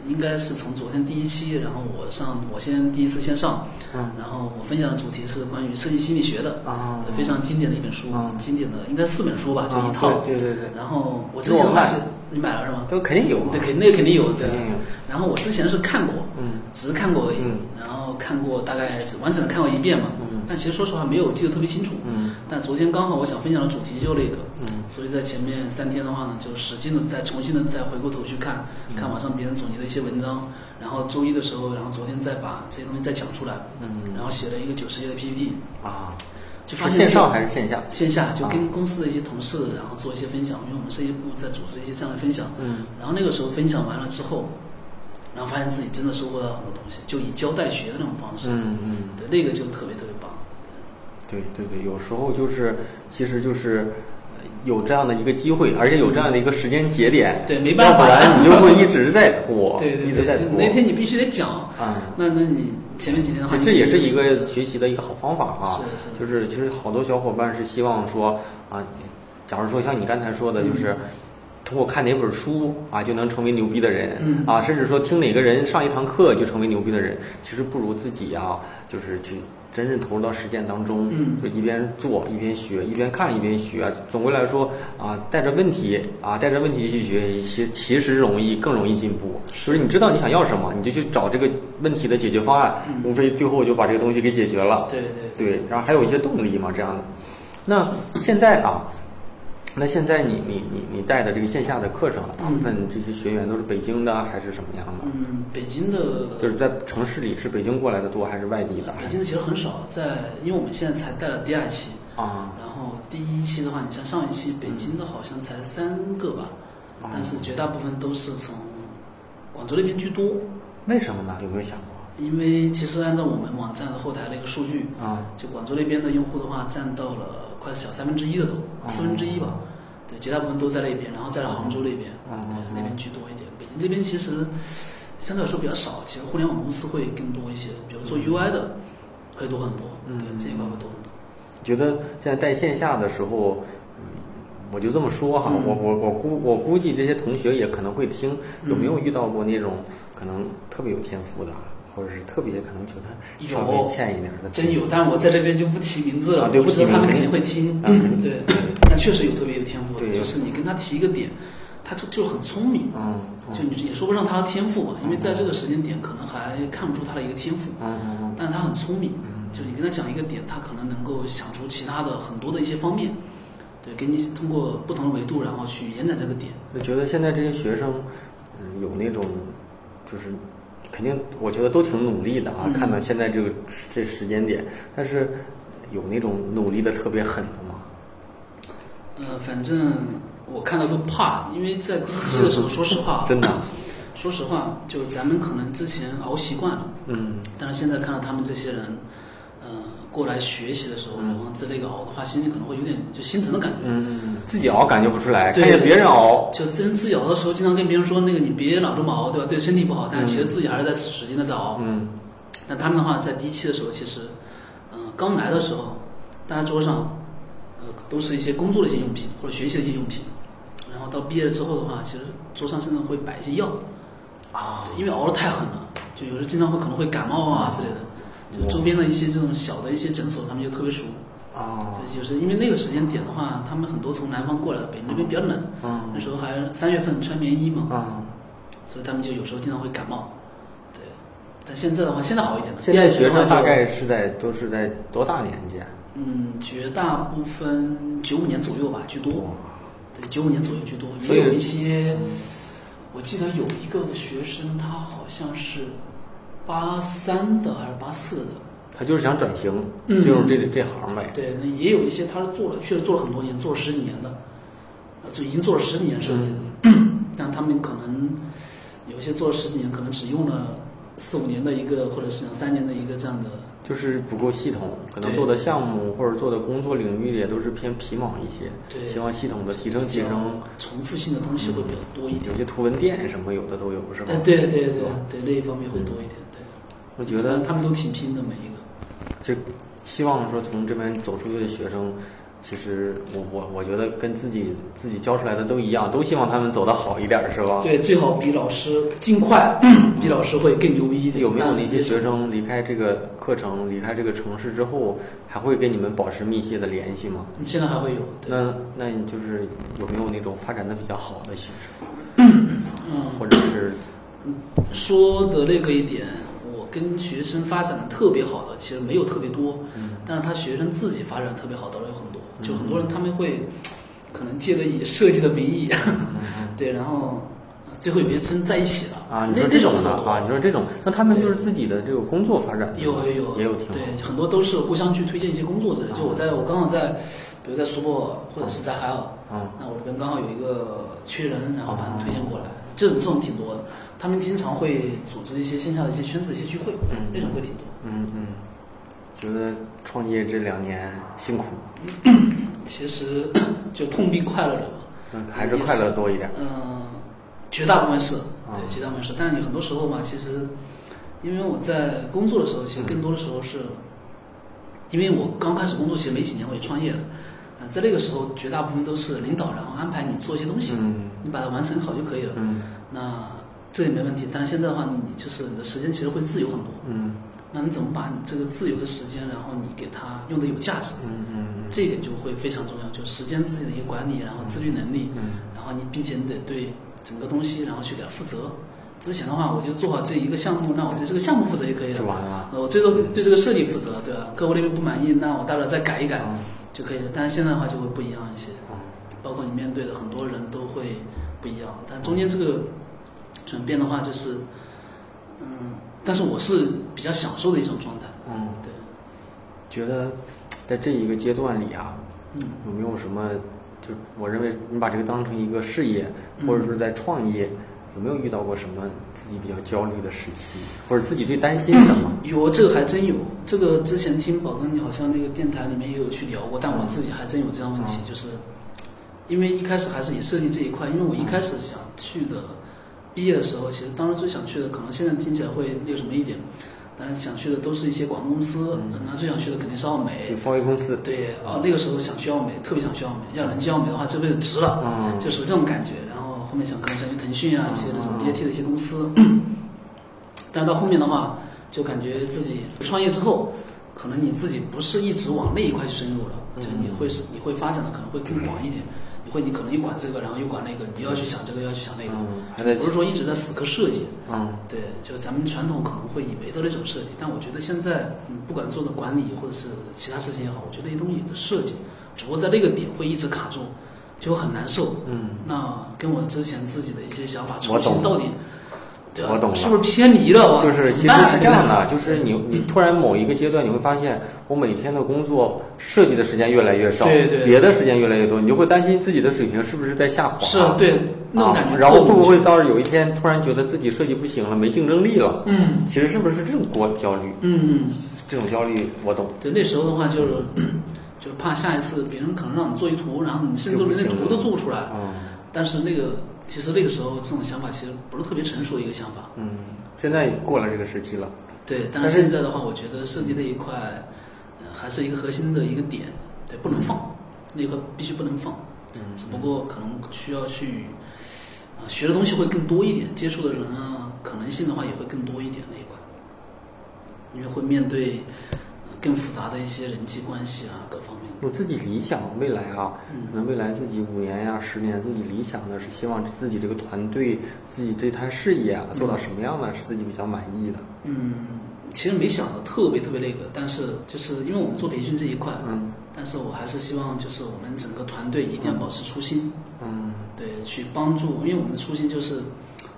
Speaker 3: 应该是从昨天第一期，然后我上我先第一次先上，
Speaker 2: 嗯
Speaker 3: 然后我分享的主题是关于设计心理学的，
Speaker 2: 啊
Speaker 3: 非常经典的一本书，
Speaker 2: 嗯
Speaker 3: 经典的应该四本书吧，就一套。
Speaker 2: 对对对
Speaker 3: 然后我之前的话是
Speaker 2: 那我买，
Speaker 3: 你买了是吗
Speaker 2: 对，？都肯定有啊嘛
Speaker 3: 对，，肯那个肯定有对啊
Speaker 2: 肯。定有。
Speaker 3: 然后我之前是看过，
Speaker 2: 嗯
Speaker 3: 只是看过而已
Speaker 2: 嗯，
Speaker 3: 然后看过大概只完整的看过一遍嘛。
Speaker 2: 嗯
Speaker 3: 但其实说实话没有记得特别清楚。
Speaker 2: 嗯
Speaker 3: 但昨天刚好我想分享的主题就那个，
Speaker 2: 嗯
Speaker 3: 所以在前面三天的话呢，就使劲的再重新的再回过头去看
Speaker 2: 嗯
Speaker 3: 看网上别人总结的一些文章，然后周一的时候，然后昨天再把这些东西再讲出来，
Speaker 2: 嗯
Speaker 3: 然后写了一个九十页的 PPT，
Speaker 2: 啊，
Speaker 3: 就是发现
Speaker 2: 线
Speaker 3: 那个
Speaker 2: 上还是线下？
Speaker 3: 线下就
Speaker 2: 哦
Speaker 3: 跟公司的一些同事，然后做一些分享，因为我们设计部在组织一些这样的分享。
Speaker 2: 嗯
Speaker 3: 然后那个时候分享完了之后，然后发现自己真的收获到很多东西，就以教带学的那种方式，
Speaker 2: 嗯嗯。
Speaker 3: 对，那个就特别特别棒。
Speaker 2: 对对对，有时候就是，其实就是呃有这样的一个机会，而且有这样的一个时间节点，
Speaker 3: 嗯对，没办法，
Speaker 2: 要不然你就 会一直在拖，
Speaker 3: 对对
Speaker 2: 一直在
Speaker 3: 对，就
Speaker 2: 拖。
Speaker 3: 那天你必须得讲。
Speaker 2: 啊、
Speaker 3: 那那你前面几天的话
Speaker 2: 这，这也是一个学习的一个好方法啊
Speaker 3: 是。嗯是
Speaker 2: 就是其实好多小伙伴是希望说啊，假如说像你刚才说的，
Speaker 3: 嗯
Speaker 2: 就是。通过看哪本书啊，就能成为牛逼的人、
Speaker 3: 嗯
Speaker 2: 啊，甚至说听哪个人上一堂课就成为牛逼的人，其实不如自己啊，就是去真正投入到实践当中，
Speaker 3: 嗯
Speaker 2: 就一边做一边学，一边看一边学。总归来说啊，带着问题啊，带着问题去学习，其其实容易更容易进步。就是你知道你想要什么，你就去找这个问题的解决方案，
Speaker 3: 嗯
Speaker 2: 无非最后就把这个东西给解决了。
Speaker 3: 对对，
Speaker 2: 对，然后还有一些动力嘛，这样的。那现在啊，那现在你你你你带的这个线下的课程啊，大部分这些学员都是北京的还是什么样的？
Speaker 3: 嗯，北京的
Speaker 2: 就是在城市里是北京过来的多还是外地的？
Speaker 3: 北京的其实很少，在因为我们现在才带了第二期，
Speaker 2: 啊，
Speaker 3: 然后第一期的话，你像上一期北京的好像才三个吧，
Speaker 2: 哦
Speaker 3: 但是绝大部分都是从广州那边居多，
Speaker 2: 为什么呢？有没有想过？
Speaker 3: 因为其实按照我们网站的后台的一个数据，
Speaker 2: 啊，
Speaker 3: 就广州那边的用户的话，占到了快小三分之一的都，四分之一吧，对，绝大部分都在那边，然后再来杭州那边，
Speaker 2: 嗯嗯嗯
Speaker 3: 对那边居多一点。北京这边其实相对来说比较少，其实互联网公司会更多一些，比如做 UI 的会多很多，对，这一块会多很多。
Speaker 2: 觉得现在带线下的时候。嗯我就这么说哈，
Speaker 3: 嗯
Speaker 2: 我我我估我估计这些同学也可能会听，有没有遇到过那种可能特别有天赋的，或者是特别可能觉得稍微
Speaker 3: 有
Speaker 2: 欠一点的？
Speaker 3: 真有，但我在这边就不提名字了，
Speaker 2: 啊对
Speaker 3: 我知
Speaker 2: 不提
Speaker 3: 道
Speaker 2: 名
Speaker 3: 他们肯定会听，
Speaker 2: 啊肯定
Speaker 3: 对
Speaker 2: 对，
Speaker 3: 但确实有特别有天赋的，
Speaker 2: 对
Speaker 3: 就是你跟他提一个点，他就就很聪明，
Speaker 2: 嗯，嗯
Speaker 3: 就你也说不上
Speaker 2: 哦
Speaker 3: 他的天赋吧，因为在这个时间点可能还看不出他的一个天赋，
Speaker 2: 嗯嗯嗯
Speaker 3: 但是他很聪明，就你跟他讲一个点，他可能能够想出其他的很多的一些方面，对，给你通过不同的维度，然后去延展这个点。
Speaker 2: 我觉得现在这些学生，嗯，有那种，就是肯定，我觉得都挺努力的啊。
Speaker 3: 嗯
Speaker 2: 看到现在这个这时间点，但是有那种努力的特别狠的吗？
Speaker 3: 呃，反正我看到都怕，因为在第一期的 时候，说实话，
Speaker 2: 真的，
Speaker 3: 说实话，就是咱们可能之前熬习惯了，
Speaker 2: 嗯，
Speaker 3: 但是现在看到他们这些人，呃，过来学习的时候，往自那个熬的话，心里可能会有点就心疼的感觉。
Speaker 2: 嗯，自己熬感觉不出来，看
Speaker 3: 对
Speaker 2: 见别人熬，
Speaker 3: 就自人自己熬的时候，经常跟别人说那个你别老这么熬，对吧？对身体不好，但是其实自己还是在使劲的在熬。
Speaker 2: 嗯
Speaker 3: 那他们的话，在第一期的时候，其实，嗯、刚来的时候，大家桌上，呃，都是一些工作的一些用品或者学习的一些用品，然后到毕业了之后的话，其实桌上甚至会摆一些药，
Speaker 2: 啊，
Speaker 3: 对因为熬得太狠了，就有时经常会可能会感冒啊之类的。就周边的一些这种小的一些诊所，他们就特别熟。
Speaker 2: 啊，
Speaker 3: 就是有时因为那个时间点的话，他们很多从南方过来的，北京那边比较冷，
Speaker 2: 嗯
Speaker 3: 那时候还三月份穿棉衣嘛，
Speaker 2: 嗯，
Speaker 3: 所以他们就有时候经常会感冒。对，但现在的话，现在好一点了。
Speaker 2: 现在学生大
Speaker 3: 现在的话
Speaker 2: 概是在都是在多大年纪啊？
Speaker 3: 就嗯，绝大部分九五年左右吧，居多。对，九五年左右居多，
Speaker 2: 所以
Speaker 3: 也有一些，我记得有一个学生，他好像是八三的还是八四的，
Speaker 2: 他就是想转型，
Speaker 3: 嗯
Speaker 2: 进入这这行呗。
Speaker 3: 对，那也有一些他是做了，确实做了很多年，做了十几年的，呃就已经做了十几年设计了，
Speaker 2: 嗯
Speaker 3: 但他们可能有一些做了十几年，可能只用了四五年的一个，或者是两三年的一个这样的，
Speaker 2: 就是不够系统，可能
Speaker 3: 对
Speaker 2: 做的项目或者做的工作领域也都是偏皮毛一些。
Speaker 3: 对
Speaker 2: 希望系统的提升提
Speaker 3: 比较
Speaker 2: 升，
Speaker 3: 重复性的东西会比较多一点。
Speaker 2: 有些图文店什么有的都有，是吧？
Speaker 3: 哎，对对
Speaker 2: 是
Speaker 3: 对
Speaker 2: 吧
Speaker 3: 对，那一方面会多一点。对，
Speaker 2: 我觉得
Speaker 3: 他们都挺拼的，每一个。
Speaker 2: 就希望说从这边走出去的学生，其实我我我觉得跟自己自己教出来的都一样，都希望他们走得好一点，是吧？
Speaker 3: 对，最好比老师尽 快，比老师会更牛逼一点。
Speaker 2: 有没有那些学生离开这个课程、离开这个城市之后，还会跟你们保持密切的联系吗？
Speaker 3: 你现在还会有？对，
Speaker 2: 那那你就是有没有那种发展的比较好的学生，
Speaker 3: 嗯，
Speaker 2: 或者是
Speaker 3: 说的那个一点，我跟学生发展的特别好的其实没有特别多，
Speaker 2: 嗯
Speaker 3: 但是他学生自己发展特别好的有很多，就很多人他们会可能借着以设计的名义， 对，然后呃最后有些真在一起了
Speaker 2: 嗯啊，你
Speaker 3: 那
Speaker 2: 说
Speaker 3: 那
Speaker 2: 这
Speaker 3: 种
Speaker 2: 种
Speaker 3: 很
Speaker 2: 的
Speaker 3: 多
Speaker 2: 啊，你说这种，那他们就是自己的这个工作发展
Speaker 3: 有有有
Speaker 2: 也有挺好，
Speaker 3: 对，很多都是互相去推荐一些工作之类的。就我在我刚好在，比如在苏泊尔或者是在海尔，
Speaker 2: 嗯，
Speaker 3: 那我这边刚好有一个缺人，然后把他
Speaker 2: 哦
Speaker 3: 们推荐过来，这种这种挺多的。他们经常会组织一些线下的一些圈子、一些聚会，
Speaker 2: 嗯
Speaker 3: 那种会挺多。
Speaker 2: 嗯嗯，觉得创业这两年辛苦，
Speaker 3: 其实 就痛并快乐着吧。
Speaker 2: 嗯，还是快乐多一点，
Speaker 3: 嗯、绝大部分是，
Speaker 2: 啊
Speaker 3: 对，绝大部分是。但是你很多时候嘛，其实因为我在工作的时候，其实更多的时候是，因为我刚开始工作其实没几年，我也创业了。呃，在那个时候，绝大部分都是领导然后安排你做一些东西，
Speaker 2: 嗯
Speaker 3: 你把它完成好就可以了。
Speaker 2: 嗯
Speaker 3: 那这也没问题。但是现在的话，你就是你的时间其实会自由很多。
Speaker 2: 嗯
Speaker 3: 那你怎么把你这个自由的时间，然后你给它用的有价值？
Speaker 2: 嗯嗯
Speaker 3: 这一点就会非常重要，就是时间自己的一个管理，然后自律能力，
Speaker 2: 嗯
Speaker 3: 然后你并且你得对整个东西，然后去给它负责。之前的话，我就做好这一个项目，那我对这个项目负责就可以
Speaker 2: 嗯，就
Speaker 3: 了。
Speaker 2: 完了，
Speaker 3: 呃我最多对这个设计负责，对吧？客户那边不满意，那我大不了再改一改
Speaker 2: 嗯
Speaker 3: 就可以了。但是现在的话就会不一样一些，
Speaker 2: 嗯
Speaker 3: 包括你面对的很多人都会不一样。但中间这个转变的话，就是，嗯，但是我是比较享受的一种状态，
Speaker 2: 嗯，
Speaker 3: 对，
Speaker 2: 觉得在这一个阶段里啊，
Speaker 3: 嗯。
Speaker 2: 有没有什么？就我认为你把这个当成一个事业，
Speaker 3: 嗯
Speaker 2: 或者说在创业，有没有遇到过什么自己比较焦虑的时期，或者自己最担心什么？
Speaker 3: 有，这个还真有。这个之前听宝哥你好像那个电台里面也有去聊过，但我自己还真有这样问题，就是因为一开始还是以设计这一块，因为我一开始想去的，毕业的时候，其实当时最想去的，可能现在听起来会那个什么一点，但是想去的都是一些广告公司，那最想去的肯定是奥美
Speaker 2: 就。创业公司，嗯
Speaker 3: 对，哦，那个时候想去奥美，特别想去奥美，要能去奥美的话，这辈子值了。
Speaker 2: 嗯，
Speaker 3: 就属于这种感觉。然后后面想可能想去腾讯啊，一些那
Speaker 2: 嗯
Speaker 3: 种 BAT 的一些公司， 但是到后面的话，就感觉自己创业之后，可
Speaker 2: 嗯
Speaker 3: 能你自己不是一直往那一块去深入了，就你会是你会发展的可能会更广一点，你会你可能又管这个，然后又管那个，你又要去想这个，又要去想那个，
Speaker 2: 嗯，还在
Speaker 3: 不是说一直在死磕设计。
Speaker 2: 嗯
Speaker 3: 对，就咱们传统可能会以为的那种设计，但我觉得现在，嗯，不管做的管理或者是其他事情也好，我觉得那些东西的设计，只不过在那个点会一直卡住，就很难受。
Speaker 2: 嗯，
Speaker 3: 那跟我之前自己的一些想法
Speaker 2: 我
Speaker 3: 重
Speaker 2: 懂
Speaker 3: 新到底，对吧？啊
Speaker 2: 我懂了
Speaker 3: 是不是偏离了？哇
Speaker 2: 嗯就是
Speaker 3: 怎
Speaker 2: 其
Speaker 3: 么
Speaker 2: 实
Speaker 3: 办啊
Speaker 2: 是这样的，就是你你
Speaker 3: 嗯
Speaker 2: 突然某一个阶段，你会发现我每天的工作设计的时间越来越少，
Speaker 3: 对对
Speaker 2: 别的时间越来越多，你就会担心自己的水平是不是在下滑，
Speaker 3: 是啊对那种感觉、
Speaker 2: 啊，然后会不会？到有一天突然觉得自己设计不行了，没竞争力了？
Speaker 3: 嗯
Speaker 2: 其实是不是这种过焦虑？
Speaker 3: 嗯，
Speaker 2: 这种焦虑我懂，
Speaker 3: 对，那时候的话就是， 就怕下一次别人可能让你做一图，然后你甚至
Speaker 2: 就
Speaker 3: 都
Speaker 2: 不
Speaker 3: 连那
Speaker 2: 行
Speaker 3: 图
Speaker 2: 了
Speaker 3: 都做不出来。
Speaker 2: 嗯
Speaker 3: 但是那个其实那个时候这种想法其实不是特别成熟的一个想法，
Speaker 2: 嗯，现在过了这个时期了，
Speaker 3: 对。
Speaker 2: 但
Speaker 3: 但是
Speaker 2: 是
Speaker 3: 现在的话，我觉得设计那一块、呃还是一个核心的一个点，对，不能放，那个必须不能放。
Speaker 2: 嗯
Speaker 3: 只不过可能需要去啊、呃学的东西会更多一点，接触的人啊可能性的话也会更多一点那一块，因为会面对呃更复杂的一些人际关系啊各方面的。
Speaker 2: 我自己理想未来啊，
Speaker 3: 嗯
Speaker 2: 可能未来自己五年呀、十年，自己理想的是希望自己这个团队、自己这摊事业啊，做到什么样呢？是自己比较满意的。
Speaker 3: 嗯，其实没想的特别特别那个，但是就是因为我们做培训这一块，
Speaker 2: 嗯
Speaker 3: 但是我还是希望就是我们整个团队一定要保持初心，
Speaker 2: 嗯
Speaker 3: 对，去帮助，因为我们的初心就是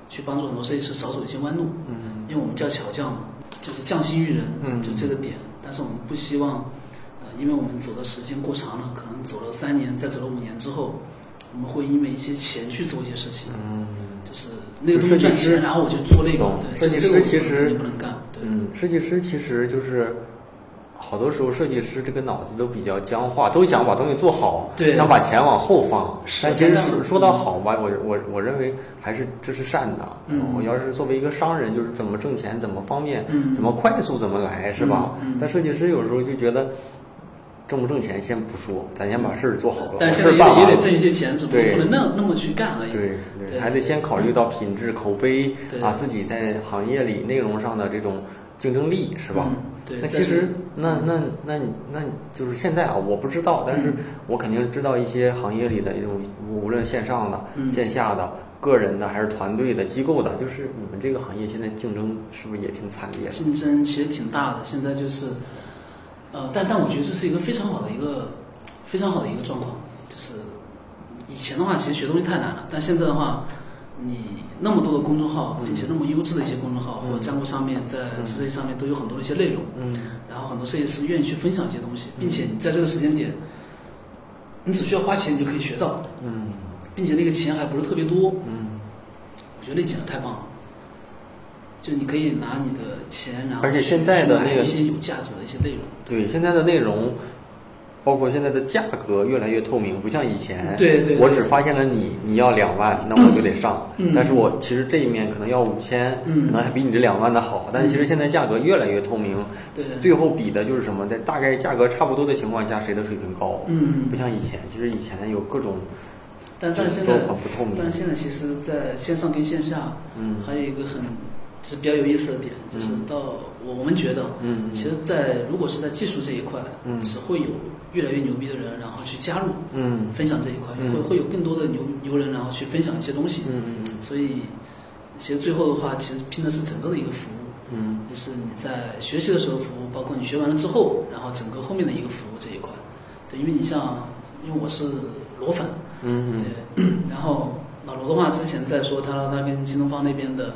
Speaker 3: 去帮助很多设计师少走一些弯路，
Speaker 2: 嗯
Speaker 3: 因为我们叫巧匠嘛，就是匠心育人，
Speaker 2: 嗯
Speaker 3: 就这个点。但是我们不希望，呃，因为我们走的时间过长了，可能走了三年，再走了五年之后，我们会因为一些钱去做一些事情，
Speaker 2: 嗯
Speaker 3: 就是那个东西赚
Speaker 2: 设计师
Speaker 3: 钱，然后我就做那
Speaker 2: 懂
Speaker 3: 个，
Speaker 2: 设计师
Speaker 3: 对，这这个我
Speaker 2: 其实
Speaker 3: 肯定不能干，对，
Speaker 2: 嗯，设计师其实就是。好多时候，设计师这个脑子都比较僵化，都想把东西做好，
Speaker 3: 对
Speaker 2: 想把钱往后放。
Speaker 3: 是嗯
Speaker 2: 但其实
Speaker 3: 但
Speaker 2: 说
Speaker 3: 是
Speaker 2: 说到好吧，我我我认为还是这是善的。
Speaker 3: 嗯
Speaker 2: 我要是作为一个商人，就是怎么挣钱，怎么方便，
Speaker 3: 嗯，
Speaker 2: 怎么快速怎么来，是吧？
Speaker 3: 嗯嗯
Speaker 2: 但设计师有时候就觉得挣不挣钱先不说，咱先把事儿做好了，把
Speaker 3: 但
Speaker 2: 事
Speaker 3: 现
Speaker 2: 儿
Speaker 3: 在也
Speaker 2: 办
Speaker 3: 得
Speaker 2: 完
Speaker 3: 也得
Speaker 2: 了。
Speaker 3: 挣一些钱，只不过
Speaker 2: 对
Speaker 3: 不能那那么去干而已。
Speaker 2: 对
Speaker 3: 对
Speaker 2: 还得先考虑到品质、口碑
Speaker 3: 对
Speaker 2: 啊，自己在行业里内容上的这种竞争力，是吧？
Speaker 3: 嗯对，
Speaker 2: 那
Speaker 3: 但
Speaker 2: 其实
Speaker 3: 是，
Speaker 2: 那那那你那你就是现在啊，我不知道，但是
Speaker 3: 嗯
Speaker 2: 我肯定知道一些行业里的一种，无论线上的、
Speaker 3: 嗯
Speaker 2: 线下的、个人的，还是团队的、机构的，就是你们这个行业现在竞争是不是也挺惨烈的？
Speaker 3: 竞争其实挺大的。现在就是，呃，但但我觉得这是一个非常好的一个非常好的一个状况。就是以前的话，其实学东西太难了，但现在的话，你那么多的公众号，
Speaker 2: 嗯
Speaker 3: 并且那么优质的一些公众号
Speaker 2: 嗯
Speaker 3: 或者站户上面，在
Speaker 2: 嗯
Speaker 3: 这些上面都有很多的一些内容，
Speaker 2: 嗯
Speaker 3: 然后很多设计师愿意去分享一些东西，并且你在这个时间点，你只需要花钱你就可以学到，
Speaker 2: 嗯
Speaker 3: 并且那个钱还不是特别多，
Speaker 2: 嗯。
Speaker 3: 我觉得那简直太棒了。就你可以拿你的钱，然后
Speaker 2: 而且
Speaker 3: 去
Speaker 2: 现在的
Speaker 3: 去买
Speaker 2: 那个
Speaker 3: 一些有价值的一些内容，
Speaker 2: 对，现在的内容，包括现在的价格越来越透明，不像以前。
Speaker 3: 对对对
Speaker 2: 哎我只发现了你，你要两万，那我就得上。
Speaker 3: 嗯
Speaker 2: 但是我其实这一面可能要五千、
Speaker 3: 嗯
Speaker 2: 可能还比你这两万的好。但其实现在价格越来越透明，
Speaker 3: 对
Speaker 2: 最后比的就是什么，在大概价格差不多的情况下，谁的水平高。
Speaker 3: 嗯
Speaker 2: 不，像以前，其实以前有各种，
Speaker 3: 但但是现
Speaker 2: 都
Speaker 3: 在
Speaker 2: 很不透明
Speaker 3: 但是现在其实，在线上跟线下
Speaker 2: 嗯
Speaker 3: 还有一个很就是比较有意思的点，就是
Speaker 2: 嗯
Speaker 3: 到我我们觉得，
Speaker 2: 嗯，
Speaker 3: 其实，在如果是在技术这一块，
Speaker 2: 嗯
Speaker 3: 只会有越来越牛逼的人，然后去加入
Speaker 2: 嗯
Speaker 3: 分享这一块，
Speaker 2: 嗯
Speaker 3: 会会有更多的牛牛人，然后去分享一些东西，
Speaker 2: 嗯嗯
Speaker 3: 所以其实最后的话，其实拼的是整个的一个服务。
Speaker 2: 嗯
Speaker 3: 就是你在学习的时候服务，包括你学完了之后，然后整个后面的一个服务这一块，对，因为你像，因为我是罗粉，
Speaker 2: 嗯嗯
Speaker 3: 对， 然后老罗的话，之前在说他他跟新东方那边的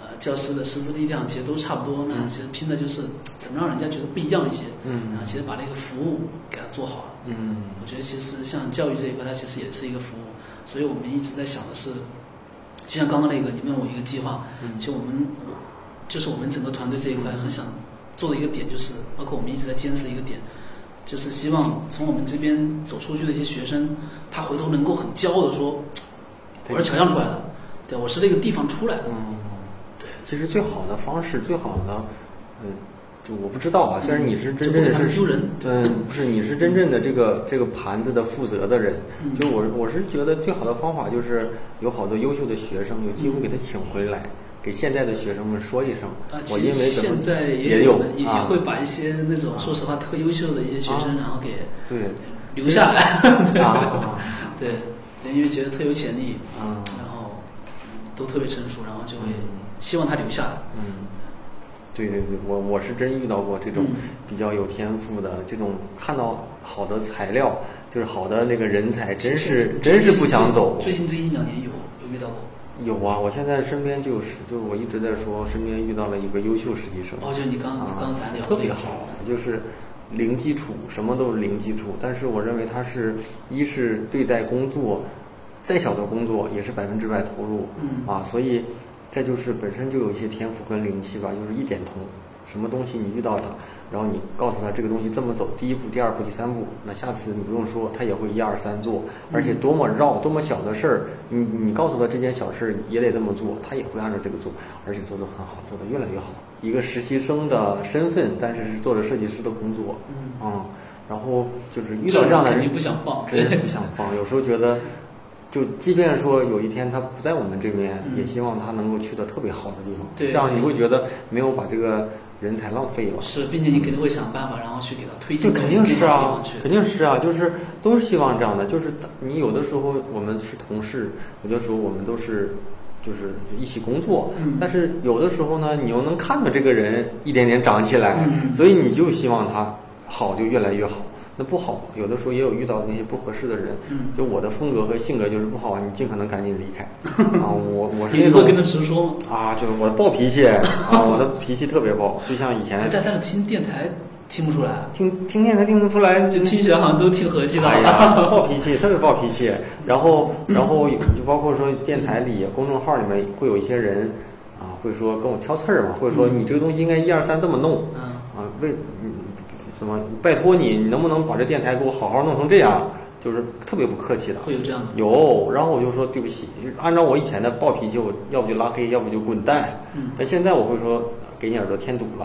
Speaker 3: 呃教师的师资力量其实都差不多，那其实拼的就是怎么让人家觉得不一样一些，然后
Speaker 2: 嗯
Speaker 3: 其实把那个服务给它做好了。
Speaker 2: 嗯
Speaker 3: 我觉得其实像教育这一块，它其实也是一个服务，所以我们一直在想的是，就像刚刚那个你问我一个计划，
Speaker 2: 嗯
Speaker 3: 其实我们就是我们整个团队这一块很想做的一个点，就是包括我们一直在坚持一个点，就是希望从我们这边走出去的一些学生，他回头能够很骄傲的说，
Speaker 2: 对
Speaker 3: 我是巧匠出来的，对我是那个地方出来的，
Speaker 2: 嗯，其实最好的方式，最好的，嗯，就我不知道啊。虽然你是真
Speaker 3: 就不
Speaker 2: 正
Speaker 3: 给他
Speaker 2: 是
Speaker 3: 们丢人，
Speaker 2: 嗯，不是，你是真正的这个这个盘子的负责的人。
Speaker 3: 嗯
Speaker 2: 就我我是觉得最好的方法就是有好多优秀的学生，有机会给他请回来，给现在的学生们说一声
Speaker 3: 啊，，
Speaker 2: 我
Speaker 3: 其
Speaker 2: 因
Speaker 3: 实
Speaker 2: 为怎
Speaker 3: 现
Speaker 2: 么
Speaker 3: 在
Speaker 2: 也
Speaker 3: 也
Speaker 2: 有
Speaker 3: 有也也
Speaker 2: 啊
Speaker 3: 会把一些那种说实话特优秀的一些学生，
Speaker 2: 啊
Speaker 3: 然后给
Speaker 2: 对
Speaker 3: 留下来，
Speaker 2: 啊，
Speaker 3: 对，对，因为觉得特有潜力，
Speaker 2: 嗯
Speaker 3: 然后都特别成熟，然后就会希望他留下来。
Speaker 2: 嗯，对对对，我我是真遇到过这种
Speaker 3: 嗯
Speaker 2: 比较有天赋的，这种看到好的材料，就是好的那个人才，真是真是不想走。
Speaker 3: 最近这一两年有有遇到过，
Speaker 2: 有啊，我现在身边就是就是我一直在说，身边遇到了一个优秀实习生，
Speaker 3: 哦，就你刚
Speaker 2: 啊
Speaker 3: 刚刚咱聊
Speaker 2: 特别
Speaker 3: 那个
Speaker 2: 好，就是零基础，什么都是零基础。但是我认为他是一是对待工作，再小的工作也是百分之百投入，
Speaker 3: 嗯
Speaker 2: 啊，所以再就是本身就有一些天赋跟灵气吧，就是一点通，什么东西你遇到它，然后你告诉他这个东西这么走，第一步、第二步、第三步，那下次你不用说，他也会一二三做，而且多么绕、多么小的事儿，你你告诉他这件小事儿也得这么做，他也会按照这个做，而且做得很好，做得越来越好。一个实习生的身份，但是是做着设计师的工作，
Speaker 3: 嗯，
Speaker 2: 嗯，然后就是遇到这样的
Speaker 3: 肯
Speaker 2: 人
Speaker 3: 定，不想放，
Speaker 2: 真 的不想放。有时候觉得，就即便说有一天他不在我们这边，
Speaker 3: 嗯
Speaker 2: 也希望他能够去到特别好的地方。
Speaker 3: 对
Speaker 2: 这样你会觉得没有把这个人才浪费了。
Speaker 3: 是，并且你肯定会想办法，然后去给他推
Speaker 2: 这
Speaker 3: 进到
Speaker 2: 肯定
Speaker 3: 更
Speaker 2: 是
Speaker 3: 好的地
Speaker 2: 啊
Speaker 3: 方去，。
Speaker 2: 肯定是啊，就是都是希望这样的。就是你有的时候我们是同事，有的时候我们都是就是一起工作，
Speaker 3: 嗯
Speaker 2: 但是有的时候呢，你又能看到这个人一点点长起来，
Speaker 3: 嗯
Speaker 2: 所以你就希望他好就越来越好。那不好，有的时候也有遇到那些不合适的人，
Speaker 3: 嗯，
Speaker 2: 就我的风格和性格就是不好啊玩，你尽可能赶紧离 开。啊，我我是
Speaker 3: 你
Speaker 2: 那
Speaker 3: 会跟他
Speaker 2: 种
Speaker 3: 直说吗？
Speaker 2: 啊，就是我的暴脾气啊，我的脾气特别暴，就像 以前
Speaker 3: 但但是听电台听不出来，
Speaker 2: 听听电台听不出来，
Speaker 3: 就听起来好像都挺和气的。
Speaker 2: 哎 呀，暴脾气，特别暴脾气。然后，然后就包括说电台里、公众号里面会有一些人啊，会说跟我挑刺儿嘛，会说你这个东西应该一二三这么弄
Speaker 3: 嗯，
Speaker 2: 啊，为嗯怎么拜托你，你能不能把这电台给我好好弄成这样？就是特别不客气的。
Speaker 3: 会有这样的。
Speaker 2: 有，然后我就说对不起，按照我以前的暴脾气，我要不就拉黑，要不就滚蛋。
Speaker 3: 嗯
Speaker 2: 但现在我会说，给你耳朵添堵了，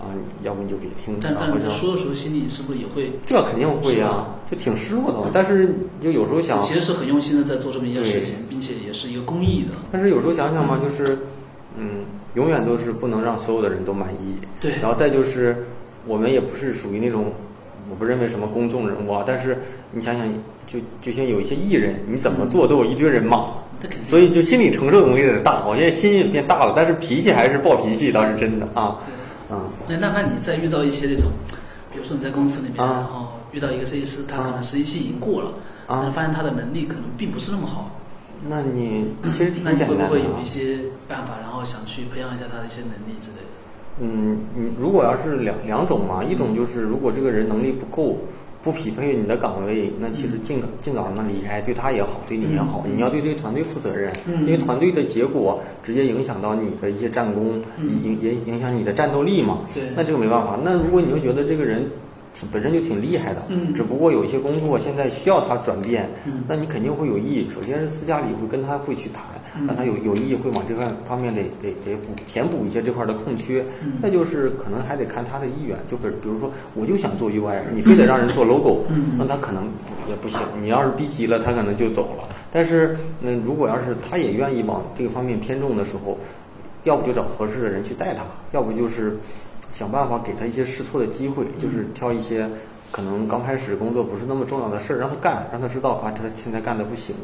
Speaker 2: 啊，你要不你就别听，啊
Speaker 3: 但
Speaker 2: 然
Speaker 3: 但
Speaker 2: 后
Speaker 3: 是
Speaker 2: 就
Speaker 3: 在说的时候，心里是不是也会？
Speaker 2: 这肯定会
Speaker 3: 是
Speaker 2: 呀、
Speaker 3: 吧
Speaker 2: 就挺失落的。但是就有时候想，
Speaker 3: 其实是很用心的在做这么一件事
Speaker 2: 啊对
Speaker 3: 情，并且也是一个公益的。
Speaker 2: 但是有时候想想嘛，就是，嗯，永远都是不能让所有的人都满意。
Speaker 3: 对
Speaker 2: 然后再就是，我们也不是属于那种，我不认为什么公众人物啊。但是你想想，就就像有一些艺人，你怎么做都有一堆人骂。
Speaker 3: 那肯定。
Speaker 2: 所以就心理承受能力得大，我现在心也变大了，但是脾气还是暴脾气，倒是真的啊，嗯，
Speaker 3: 那那那你再遇到一些这种，比如说你在公司里面，
Speaker 2: 啊
Speaker 3: 然后遇到一个设计师，他可
Speaker 2: 啊
Speaker 3: 能实习期已经过了，
Speaker 2: 啊
Speaker 3: 但是发现他的能力可能并不是那么好，
Speaker 2: 那你其实挺
Speaker 3: 那你
Speaker 2: 简
Speaker 3: 会
Speaker 2: 单的、啊。
Speaker 3: 不会有一些办法，然后想去培养一下他的一些能力之类的？
Speaker 2: 嗯，你如果要是两两种嘛，一种就是如果这个人能力不够，不匹配你的岗位，那其实尽尽早让他离开，对他也好，对你也好，
Speaker 3: 嗯
Speaker 2: 你要对这个团队负责任，
Speaker 3: 嗯
Speaker 2: 因为团队的结果直接影响到你的一些战功，
Speaker 3: 嗯
Speaker 2: 影也影响你的战斗力嘛。
Speaker 3: 对
Speaker 2: 那这个没办法。那如果你就觉得这个人挺本身就挺厉害的，
Speaker 3: 嗯
Speaker 2: 只不过有一些工作现在需要他转变，
Speaker 3: 嗯
Speaker 2: 那你肯定会有意。首先是私下里会跟他会去谈，
Speaker 3: 嗯
Speaker 2: 让他有有意会往这块方面得得得补填补一些这块的空缺。
Speaker 3: 嗯
Speaker 2: 再就是可能还得看他的意愿，就比比如说我就想做 UI，你非得让人做 logo，、
Speaker 3: 嗯
Speaker 2: 那他可能也不行。你要是逼急了，他可能就走了。但是，那如果要是他也愿意往这个方面偏重的时候，要不就找合适的人去带他，要不就是想办法给他一些试错的机会，就是挑一些可能刚开始工作不是那么重要的事儿让他干，让他知道啊，他现在干的不行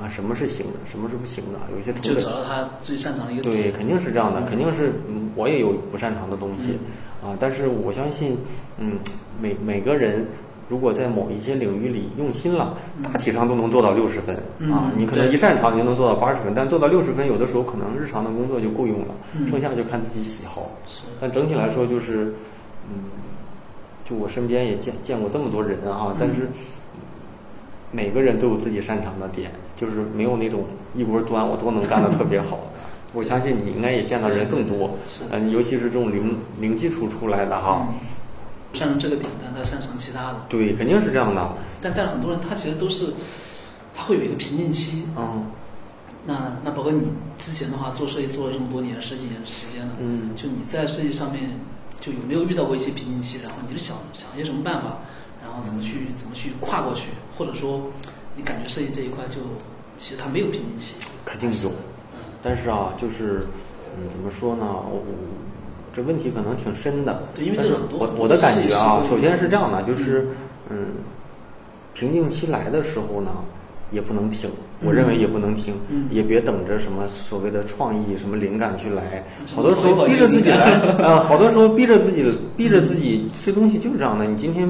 Speaker 2: 啊，什么是行的，什么是不行的，有一些成
Speaker 3: 就
Speaker 2: 本
Speaker 3: 找到他最擅长的一个
Speaker 2: 对，
Speaker 3: 点。
Speaker 2: 肯定是这样的，肯定是嗯我也有不擅长的东西，
Speaker 3: 嗯
Speaker 2: 啊，但是我相信，嗯，每每个人如果在某一些领域里用心了，大体上都能做到六十分
Speaker 3: 嗯
Speaker 2: 啊。你可能
Speaker 3: 对
Speaker 2: 一擅长你就能做到八十分，但做到六十分，有的时候可能日常的工作就够用了，
Speaker 3: 嗯
Speaker 2: 剩下就看自己喜好。
Speaker 3: 是，
Speaker 2: 但整体来说，就是，嗯，就我身边也见见过这么多人啊，但是每个人都有自己擅长的点，就是没有那种一锅端我都能干的特别 好。我相信你应该也见到人更多，
Speaker 3: 是
Speaker 2: 嗯、尤其是这种零零基础出来的哈，
Speaker 3: 嗯，擅长这个点，但他擅长其他的。
Speaker 2: 对，肯定是这样的，
Speaker 3: 但但是很多人他其实都是，他会有一个瓶颈期。
Speaker 2: 嗯
Speaker 3: 那那包括你之前的话，做设计做了这么多年，十几年时间了，
Speaker 2: 嗯
Speaker 3: 就你在设计上面就有没有遇到过一些瓶颈期？然后你是想想一些什么办法，然后怎么去怎么去跨过去，或者说你感觉设计这一块就其实它没有瓶颈期，
Speaker 2: 肯定有。
Speaker 3: 嗯，
Speaker 2: 但是啊，就是，嗯，怎么说呢？我我这问题可能挺深的。
Speaker 3: 对因为
Speaker 2: 但
Speaker 3: 这
Speaker 2: 是
Speaker 3: 个很多
Speaker 2: 我
Speaker 3: 很多
Speaker 2: 我的感觉啊，嗯
Speaker 3: 这是一个
Speaker 2: 首先是这样的，就是，嗯，瓶颈期来的时候呢，也不能听，
Speaker 3: 嗯
Speaker 2: 我认为也不能听，
Speaker 3: 嗯
Speaker 2: 也别等着什么所谓的创意、什么灵感去来，
Speaker 3: 什么
Speaker 2: 好多时候
Speaker 3: 搞一搞
Speaker 2: 逼着自己
Speaker 3: 就灵
Speaker 2: 来，啊，好多时候逼着自己，逼着自己，这东西就是这样的。你今天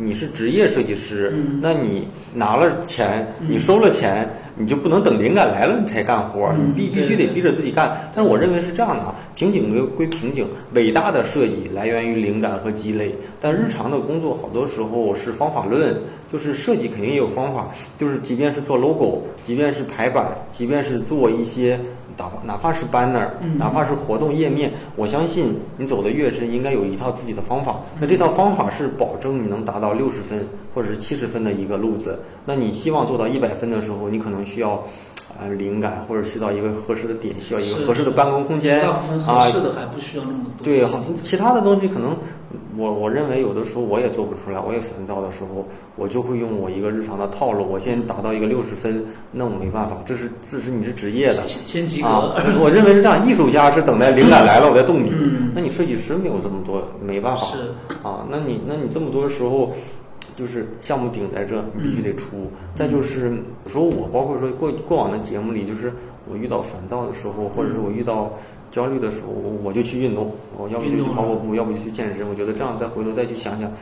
Speaker 2: 你是职业设计师，
Speaker 3: 嗯
Speaker 2: 那你拿了钱，
Speaker 3: 嗯
Speaker 2: 你收了钱，你就不能等灵感来了你才干活儿，
Speaker 3: 嗯
Speaker 2: 你必
Speaker 3: 对
Speaker 2: 必须得
Speaker 3: 对对
Speaker 2: 逼着自己干。但是我认为是这样的啊，瓶颈归归瓶颈，伟大的设计来源于灵感和积累，但日常的工作好多时候是方法论，就是设计肯定也有方法，就是即便是做 logo，即便是排版，即便是做一些。哪哪怕是 banner，
Speaker 3: 嗯
Speaker 2: 哪怕是活动页面，我相信你走得越深，应该有一套自己的方法。那
Speaker 3: 嗯
Speaker 2: 这套方法是保证你能达到六十分或者是七十分的一个路子。那你希望做到一百分的时候，你可能需要呃灵感，或者去到一个合适的点，需要一
Speaker 3: 是
Speaker 2: 个合适的办公空间
Speaker 3: 绝大部分
Speaker 2: 啊
Speaker 3: 合。适的还不需要那么多。
Speaker 2: 对，好其他的东西可能我我认为有的时候我也做不出来，我也烦躁的时候，我就会用我一个日常的套路，我先达到一个六十分，那我没办法，这是这是你是职业的
Speaker 3: 先，先及格。
Speaker 2: 啊，我认为是这样，艺术家是等待灵感来了我再动笔，
Speaker 3: 嗯
Speaker 2: 那你设计师没有这么多，没办法
Speaker 3: 是，
Speaker 2: 啊。那你那你这么多时候，就是项目顶在这，你必须得出。
Speaker 3: 嗯
Speaker 2: 再就是有时候我包括说过过往的节目里，就是我遇到烦躁的时候，或者
Speaker 3: 嗯
Speaker 2: 是我遇到。焦虑的时候，我我就去运动，我要不就
Speaker 3: 运
Speaker 2: 去
Speaker 3: 动啊
Speaker 2: 跑跑步，要不就去健身。我觉得这样再回头再去想想，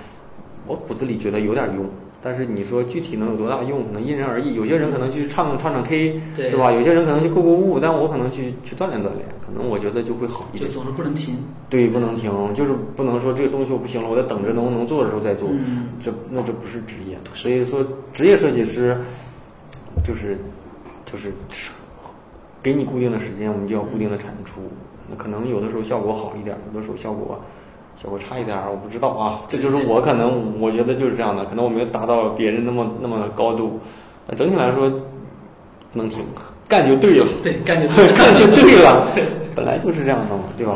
Speaker 2: 我骨子里觉得有点用，但是你说具体能有多大用，可能因人而异。有些人可能去唱唱唱 K，
Speaker 3: 对
Speaker 2: 是吧？有些人可能去购购物，但我可能去去锻炼锻炼，可能我觉得就会好一
Speaker 3: 就
Speaker 2: 点。
Speaker 3: 总是不能停。
Speaker 2: 对，不能停，就是不能说这个东西我不行了，我在等着能能做的时候再做，
Speaker 3: 嗯
Speaker 2: 这那这不是职业。所以说，职业设计师就是就是给你固定的时间，我们就要固定的产出。那可能有的时候效果好一点，有的时候效果效果差一点，我不知道啊。这就是我可能我觉得就是这样的，可能我没有达到别人那么那么高度。但整体来说，不能停，干就对了，
Speaker 3: 对，干就对。
Speaker 2: 干就对了，本来就是这样的嘛，对吧？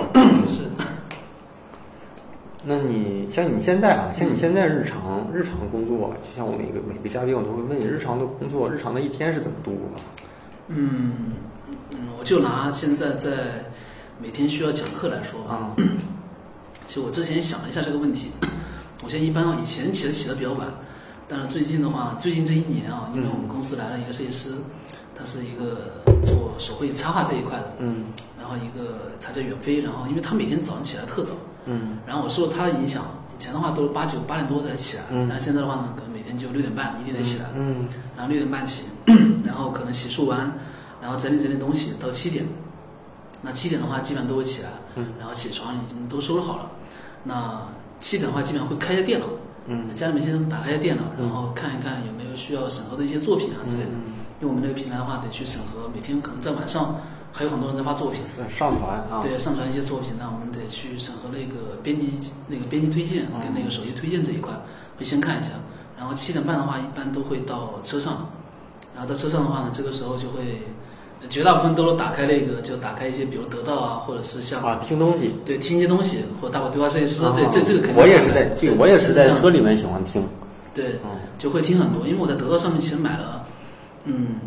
Speaker 2: 那你像你现在啊，像你现在日常、日常工作啊，就像我每个每个嘉宾我都会问你，日常的工作、日常的一天是怎么度过的？
Speaker 3: 嗯嗯，我就拿现在在每天需要讲课来说吧。
Speaker 2: 啊，
Speaker 3: 其实我之前想了一下这个问题，我现在一般啊，以前起的起的比较晚，但是最近的话，最近这一年啊，因为我们公司来了一个设计师，他是一个做手绘插画这一块的，
Speaker 2: 嗯
Speaker 3: 然后一个他叫远飞，然后因为他每天早上起来特早，
Speaker 2: 嗯
Speaker 3: 然后我受他的影响，以前的话都是八九八点多才起来，
Speaker 2: 嗯
Speaker 3: 但是现在的话呢，可能每天就六点半一定得起来，
Speaker 2: 嗯
Speaker 3: 然后六点半起， 然后可能洗漱完，然后整理整理东西到七点，那七点的话基本上都会起来，
Speaker 2: 嗯
Speaker 3: 然后起床已经都收拾好了，那七点的话基本上会开一下电脑，
Speaker 2: 嗯
Speaker 3: 家里面先打开一下电脑，
Speaker 2: 嗯
Speaker 3: 然后看一看有没有需要审核的一些作品啊之类的，因为我们这个平台的话得去审核，每天可能在晚上还有很多人在发作品，
Speaker 2: 嗯，上传啊，
Speaker 3: 对，上传一些作品，那我们得去审核那个编辑那个编辑推荐跟
Speaker 2: 嗯
Speaker 3: 那个手机推荐这一块，会先看一下。然后七点半的话，一般都会到车上，然后到车上的话呢，这个时候就会呃绝大部分都是打开那个，就打开一些比如得到啊，或者是像、
Speaker 2: 啊，听东西。
Speaker 3: 对听一些东西，或者大宝对话设计师，
Speaker 2: 啊
Speaker 3: 对这这个肯定
Speaker 2: 我也是在
Speaker 3: 的
Speaker 2: 这个
Speaker 3: 对
Speaker 2: 我也是
Speaker 3: 这
Speaker 2: 在
Speaker 3: 样
Speaker 2: 车里面喜欢听。
Speaker 3: 对
Speaker 2: 嗯
Speaker 3: 就会听很多，因为我在得到上面其实买了，嗯，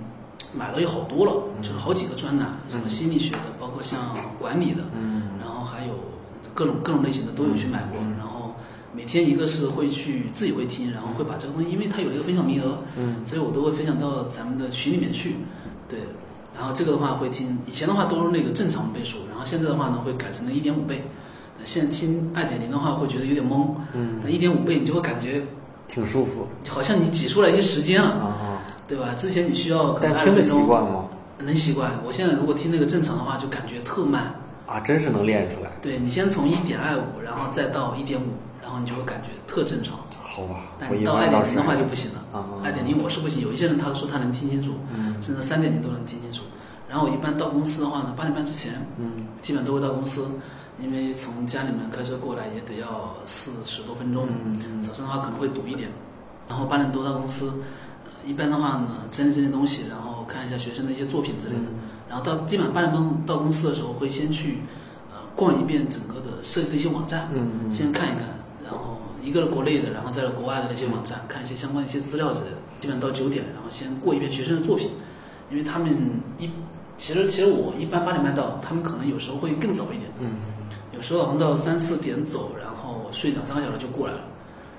Speaker 3: 买了有好多了，
Speaker 2: 嗯
Speaker 3: 就是好几个专栏，什么心理学的，包括像管理的，
Speaker 2: 嗯
Speaker 3: 然后还有各种各种类型的都有去买过。然后每天一个是会去自己会听，然后会把这个东西，因为它有一个分享名额，
Speaker 2: 嗯
Speaker 3: 所以我都会分享到咱们的群里面去。对，然后这个的话会听，以前的话都是那个正常倍数，然后现在的话呢会改成了一点五倍。那现在听二点零的话会觉得有点懵，
Speaker 2: 嗯，
Speaker 3: 那一点五倍你就会感觉
Speaker 2: 挺舒服
Speaker 3: 好像你挤出来一些时间了，
Speaker 2: 啊。
Speaker 3: 对吧？之前你需要哦可
Speaker 2: 但
Speaker 3: 能
Speaker 2: 听
Speaker 3: 20
Speaker 2: 的
Speaker 3: 分
Speaker 2: 习
Speaker 3: 钟，
Speaker 2: 惯吗？
Speaker 3: 能习惯。我现在如果听那个正常的话，就感觉特慢。
Speaker 2: 啊，真是能练出来，
Speaker 3: 对你先从一点二五，然后再到一点五，然后你就会感觉特正常。
Speaker 2: 好吧？我
Speaker 3: 但
Speaker 2: 一
Speaker 3: 到二
Speaker 2: 般倒
Speaker 3: 点
Speaker 2: 是
Speaker 3: 零的话就不行了。
Speaker 2: 啊，
Speaker 3: 二点零我是不行，有一些人他说他能听清楚，
Speaker 2: 嗯
Speaker 3: 甚至三点零都能听清楚。然后我一般到公司的话呢，八点半之前
Speaker 2: 嗯
Speaker 3: 基本都会到公司，因为从家里面开车过来也得要四十多分钟。
Speaker 2: 嗯
Speaker 3: 早上的话可能会堵一点，然后八点多到公司，呃一般的话呢整理整理东西，然后看一下学生的一些作品之类的。
Speaker 2: 嗯
Speaker 3: 然后到基本上八点半到公司的时候，会先去呃逛一遍整个的设计的一些网站，
Speaker 2: 嗯嗯
Speaker 3: 先看一看，然后一个是国内的，然后再是国外的那些网站，看一些相关的一些资料之类的。基本到九点，然后先过一遍学生的作品，因为他们一其实其实我一般八点半到，他们可能有时候会更早一点，
Speaker 2: 嗯，
Speaker 3: 有时候好像到三四点走，然后睡两三个小时就过来了，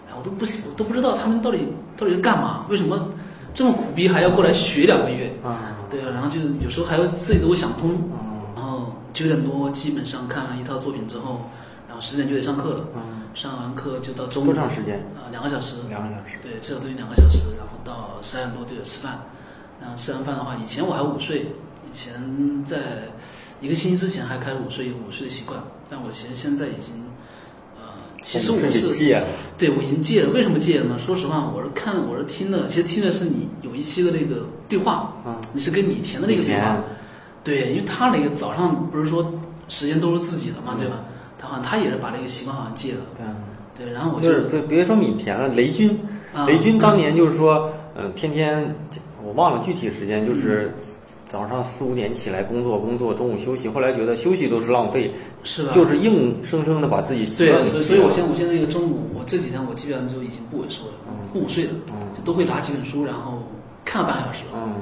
Speaker 3: 然后我都不我都不知道他们到底到底是干嘛，为什么这么苦逼还要过来学两个月，
Speaker 2: 啊
Speaker 3: 对，然后就有时候还要自己都会想通，
Speaker 2: 啊
Speaker 3: 然后九点多基本上看完一套作品之后，然后十点就得上课了，
Speaker 2: 啊！
Speaker 3: 上完课就到中午
Speaker 2: 多长时间？
Speaker 3: 啊、两个小时，
Speaker 2: 两个小时。
Speaker 3: 对，至少都有两个小时，然后到十二点多就得吃饭，然后吃完饭的话，以前我还午睡，以前在一个星期之前还开始午睡，有午睡的习惯，但我其实现在已经，呃，其实我
Speaker 2: 是
Speaker 3: 是
Speaker 2: 给戒了
Speaker 3: 对，我已经戒了。为什么戒了呢？说实话，我是看，我是听的，其实听的是你有一期的那个对话，
Speaker 2: 啊，
Speaker 3: 你是跟米田的那个对话。对，因为他那个早上不是说时间都是自己的
Speaker 2: 嗯
Speaker 3: 嘛，对吧？他好像他也是把这个习惯好像戒了。
Speaker 2: 对，
Speaker 3: 对，然后嗯我
Speaker 2: 就是别别说米田了，雷军，
Speaker 3: 啊
Speaker 2: 雷军当年就是说，嗯，天天我忘了具体时间，就是早上四五点起来工作，工作中午休息，后来觉得休息都是浪费，
Speaker 3: 是吧？
Speaker 2: 就是硬生生的把自己习
Speaker 3: 对
Speaker 2: 惯，
Speaker 3: 所以
Speaker 2: 给
Speaker 3: 所以我
Speaker 2: 戒
Speaker 3: 现在我现在这个中午，我这几天我基本上就已经不午睡了，不午睡了，
Speaker 2: 嗯
Speaker 3: 就都会拿几本书，然后看半个小时。
Speaker 2: 嗯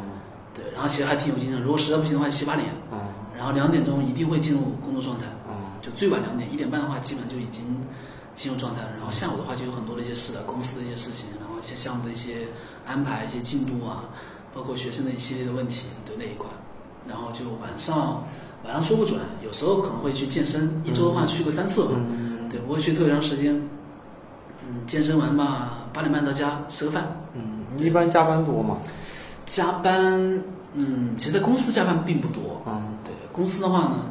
Speaker 3: 对，然后其实还挺有精神。如果实在不行的话，洗把脸，
Speaker 2: 嗯
Speaker 3: 然后两点钟一定会进入工作状态。
Speaker 2: 嗯
Speaker 3: 就最晚两点，一点半的话基本就已经进入状态了。然后下午的话就有很多的一些事了，公司的一些事情，然后一些项目的一些安排、一些进度啊，包括学生的一系列的问题，对那一块。然后就晚上，晚上说不准，有时候可能会去健身，一周的话去个三次吧，
Speaker 2: 嗯
Speaker 3: 对，不会去特别长时间。嗯，健身完吧，八点半到家吃个饭，
Speaker 2: 嗯，一般加班多嘛，
Speaker 3: 加班，嗯，其实在公司加班并不多，
Speaker 2: 嗯，
Speaker 3: 对公司的话呢，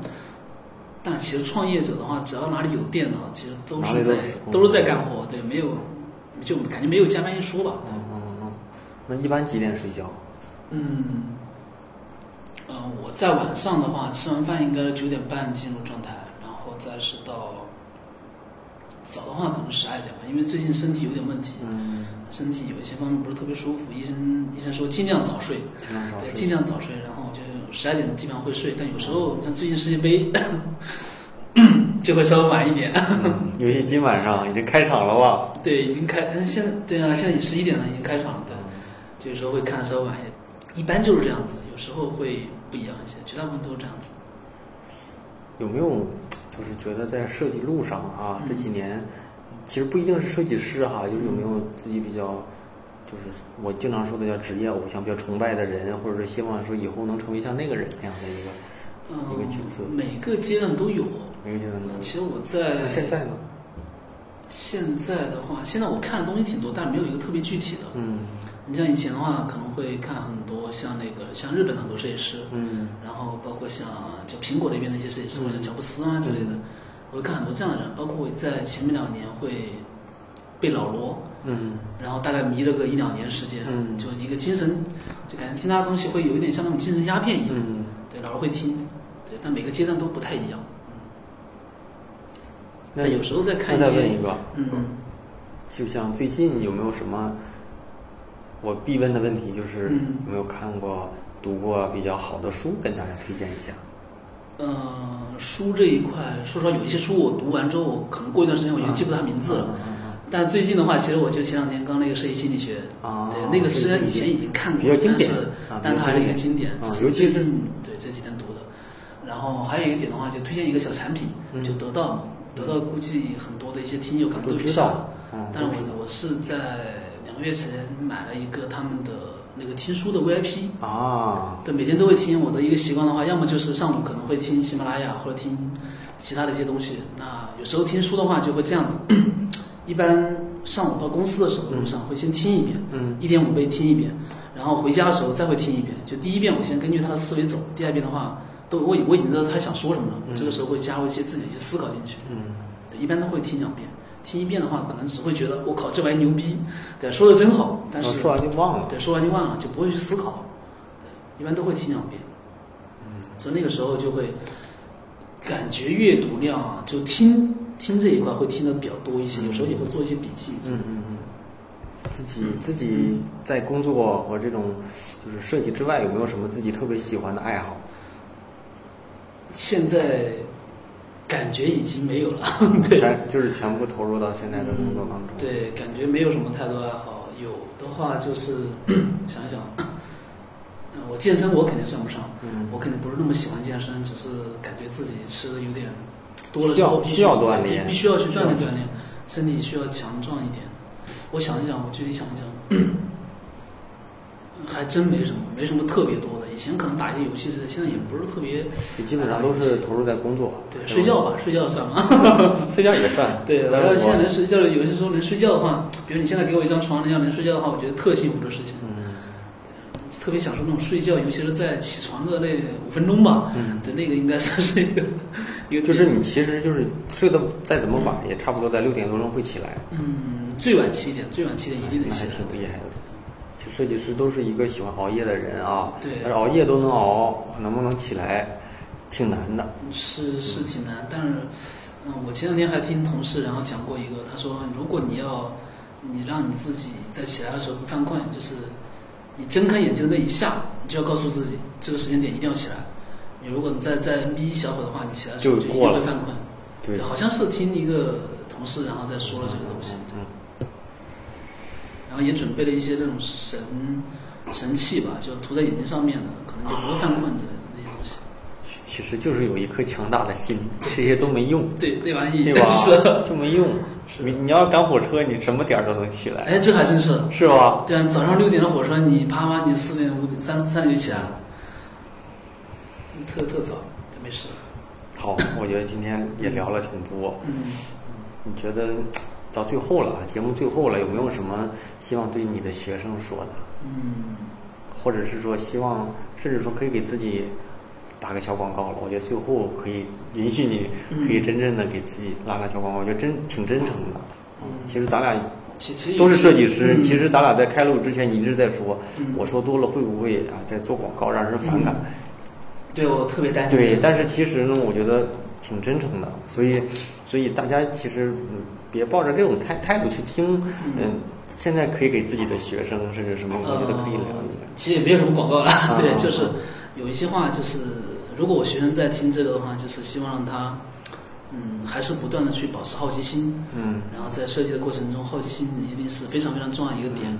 Speaker 3: 但其实创业者的话，只要哪里有电脑，其实都
Speaker 2: 哪里
Speaker 3: 是
Speaker 2: 都
Speaker 3: 在
Speaker 2: 是工
Speaker 3: 都是在
Speaker 2: 作
Speaker 3: 干活，对，没有就感觉没有加班一说吧。
Speaker 2: 嗯嗯嗯，那一般几点睡觉？
Speaker 3: 嗯，呃，我在晚上的话，吃完饭应该是九点半进入状态，然后再是到早的话可能十二点吧，因为最近身体有点问题，
Speaker 2: 嗯，
Speaker 3: 身体有一些方面不是特别舒服，医生医生说尽量早睡。
Speaker 2: 经常少
Speaker 3: 对，尽
Speaker 2: 睡。
Speaker 3: 量早睡，然后就十二点基本上会睡，但有时
Speaker 2: 哦
Speaker 3: 候像最近世界杯 就会稍微晚一点。
Speaker 2: 嗯尤其今晚上已经开场了吧？
Speaker 3: 对，已经开，嗯现在对啊，现在也十一点了，已经开场了，对，就有时候会看的稍微晚一点。一般就是这样子，有时候会不一样一些，绝大部分都是这样子。
Speaker 2: 有没有就是觉得在设计路上啊，
Speaker 3: 嗯
Speaker 2: 这几年其实不一定是设计师哈，就是有没有自己比较就是我经常说的叫职业偶像，比较崇拜的人，或者说希望说以后能成为像那个人那样的一个
Speaker 3: 嗯、
Speaker 2: 一个角色
Speaker 3: 每个阶段都有。
Speaker 2: 明星
Speaker 3: 呃
Speaker 2: 的东西。
Speaker 3: 其实我在
Speaker 2: 那现在呢？
Speaker 3: 现在的话，现在我看的东西挺多，但没有一个特别具体的。
Speaker 2: 嗯
Speaker 3: 你像以前的话，可能会看很多像那个像日本的很多设计师，
Speaker 2: 嗯
Speaker 3: 然后包括像就苹果那边的一些设计师，或者乔布斯啊之类的，
Speaker 2: 嗯
Speaker 3: 我会看很多这样的人。包括我在前面两年会被老罗，
Speaker 2: 嗯
Speaker 3: 然后大概迷了个一两年时间，
Speaker 2: 嗯
Speaker 3: 就一个精神，就感觉听他的东西会有一点像那种精神鸦片一样。
Speaker 2: 嗯，
Speaker 3: 对，老罗会听，对，但每个阶段都不太一样。
Speaker 2: 那
Speaker 3: 但有时候再看
Speaker 2: 那再
Speaker 3: 一
Speaker 2: 问
Speaker 3: 些，
Speaker 2: 一个，
Speaker 3: 嗯
Speaker 2: 就像最近有没有什么我必问的问题，就是
Speaker 3: 嗯
Speaker 2: 有没有看过、读过比较好的书，跟大家推荐一下？
Speaker 3: 呃，书这一块，说实话，有一些书我读完之后，我可能过一段时间我已经记
Speaker 2: 啊
Speaker 3: 不住他名字了。
Speaker 2: 嗯
Speaker 3: 但最近的话，其实我就前两天刚那个设计心理学，
Speaker 2: 啊，
Speaker 3: 对，那个虽然以前已经看过，
Speaker 2: 比较经典啊
Speaker 3: 但是但它还是一个经典，
Speaker 2: 比较经典啊
Speaker 3: 这是
Speaker 2: 尤其是
Speaker 3: 最近对这几天读的。然后还有一点的话，就推荐一个小产品，
Speaker 2: 嗯
Speaker 3: 就得到嘛，得到估计很多的一些听友可能
Speaker 2: 都
Speaker 3: 有
Speaker 2: 知
Speaker 3: 下
Speaker 2: 道，嗯，
Speaker 3: 但是
Speaker 2: 都知
Speaker 3: 我我是在两个月前买了一个他们的那个听书的 VIP，
Speaker 2: 道啊，
Speaker 3: 对，每天都会听。我的一个习惯的话，要么就是上午可能会听喜马拉雅或者听其他的一些东西。那有时候听书的话就会这样子，一般上午到公司的时候路上会先听一遍，
Speaker 2: 嗯
Speaker 3: 一点五倍听一遍，然后回家的时候再会听一遍。就第一遍我先根据他的思维走，第二遍的话都我已我已经知道他想说什么了，
Speaker 2: 嗯
Speaker 3: 这个时候会加入一些自己的一些思考进去。
Speaker 2: 嗯，
Speaker 3: 对，一般都会听两遍，听一遍的话可能只会觉得我靠这玩意牛逼，对，说的真好，但是
Speaker 2: 我嗯哦说完就忘了，
Speaker 3: 对，说完就忘了，就不会去思考，对一般都会听两遍。嗯，所以那个时候就会感觉阅读量啊，就听听这一块会听的比较多一些，有时候也会做一些笔记。
Speaker 2: 嗯嗯嗯。自己自己在工作和这种就是设计之外，有没有什么自己特别喜欢的爱好？
Speaker 3: 现在感觉已经没有了， 对嗯
Speaker 2: 全就是全部投入到现在的工作当中。，
Speaker 3: 对，感觉没有什么太多爱好。有的话就是 想一想，呃我健身我肯定算不上，
Speaker 2: 嗯，
Speaker 3: 我肯定不是那么喜欢健身，只是感觉自己吃的有点多了之后，
Speaker 2: 需要需要锻炼
Speaker 3: 必必须要去
Speaker 2: 需
Speaker 3: 锻
Speaker 2: 要
Speaker 3: 炼锻炼，身体需要强壮一点。我想一想，我具体想一想，嗯、还真没什么，没什么特别多的。以前可能打一些游戏之类，现在也不是特别
Speaker 2: 你基本上都是投入在工作，
Speaker 3: 对睡觉吧，睡觉算吗？
Speaker 2: 吧，睡觉也算。
Speaker 3: 对，我
Speaker 2: 但
Speaker 3: 要
Speaker 2: 是
Speaker 3: 现在
Speaker 2: 我
Speaker 3: 能睡觉，有些时候能睡觉的话，比如你现在给我一张床，能让能睡觉的话，我觉得特幸福的事情。
Speaker 2: 嗯
Speaker 3: 特别享受那种睡觉，尤其是在起床的那五分钟吧，
Speaker 2: 嗯
Speaker 3: 对，那个应该算是一个一个，
Speaker 2: 就是你其实就是睡得再怎么晚，也差不多在六点多钟会起来，
Speaker 3: 嗯，最晚七点，最晚七点一定得
Speaker 2: 那
Speaker 3: 起
Speaker 2: 还
Speaker 3: 来
Speaker 2: 挺。厉害的。其实设计师都是一个喜欢熬夜的人啊，
Speaker 3: 对
Speaker 2: 但是熬夜都能熬，能不能起来挺难的。
Speaker 3: 是是挺难，但是，嗯，我前两天还听同事然后讲过一个，他说如果你要你让你自己在起来的时候不犯困，就是你睁开眼睛的那一下，你就要告诉自己这个时间点一定要起来。你如果你再再眯一小会儿的话，你起来的时候
Speaker 2: 就
Speaker 3: 就一定
Speaker 2: 过了
Speaker 3: 会犯困。
Speaker 2: 对，
Speaker 3: 好像是听一个同事然后在说了这个东西，
Speaker 2: 嗯，
Speaker 3: 然后也准备了一些那种神神器吧，就涂在眼睛上面的，可能就不会犯困之类的那些东西。
Speaker 2: 其其实就是有一颗强大的心，这些都没用，
Speaker 3: 对，那玩意
Speaker 2: 对
Speaker 3: 是，
Speaker 2: 吧？就没用。你你要赶火车，你什么点儿都能起来，
Speaker 3: 哎，这还真是。
Speaker 2: 是吧？
Speaker 3: 对啊，早上六点的火车，你啪啪，你四点、五点、三三点就起来了，
Speaker 2: 嗯
Speaker 3: 特特早，就没事了。
Speaker 2: 好，我觉得今天也聊了挺多。
Speaker 3: 嗯，
Speaker 2: 你觉得到最后了，啊节目最后了，有没有什么希望对你的学生说的，
Speaker 3: 嗯，
Speaker 2: 或者是说希望，甚至说可以给自己打个小广告了？我觉得最后可以允许你，
Speaker 3: 嗯
Speaker 2: 可以真正的给自己拉个小广告，我觉得真挺真诚的。
Speaker 3: 嗯
Speaker 2: 其实咱俩
Speaker 3: 其其实也
Speaker 2: 都是设计师，
Speaker 3: 嗯
Speaker 2: 其实咱俩在开录之前，你一直在说，
Speaker 3: 嗯
Speaker 2: 我说多了会不会啊，在做广告让人反感？
Speaker 3: 对我特别担心。
Speaker 2: 对，但是其实呢，我觉得挺真诚的，所以，所以大家其实嗯，别抱着这种态态度去听，
Speaker 3: 嗯
Speaker 2: 嗯，现在可以给自己的学生甚至什么，嗯我觉得可以聊一
Speaker 3: 哦
Speaker 2: 聊。
Speaker 3: 呃其实也没有什么广告了，
Speaker 2: 啊
Speaker 3: 对，就是有一些话，就是如果我学生在听这个的话，就是希望让他，嗯，还是不断的去保持好奇心，
Speaker 2: 嗯，
Speaker 3: 然后在设计的过程中，好奇心一定是非常非常重要的一个点
Speaker 2: 嗯，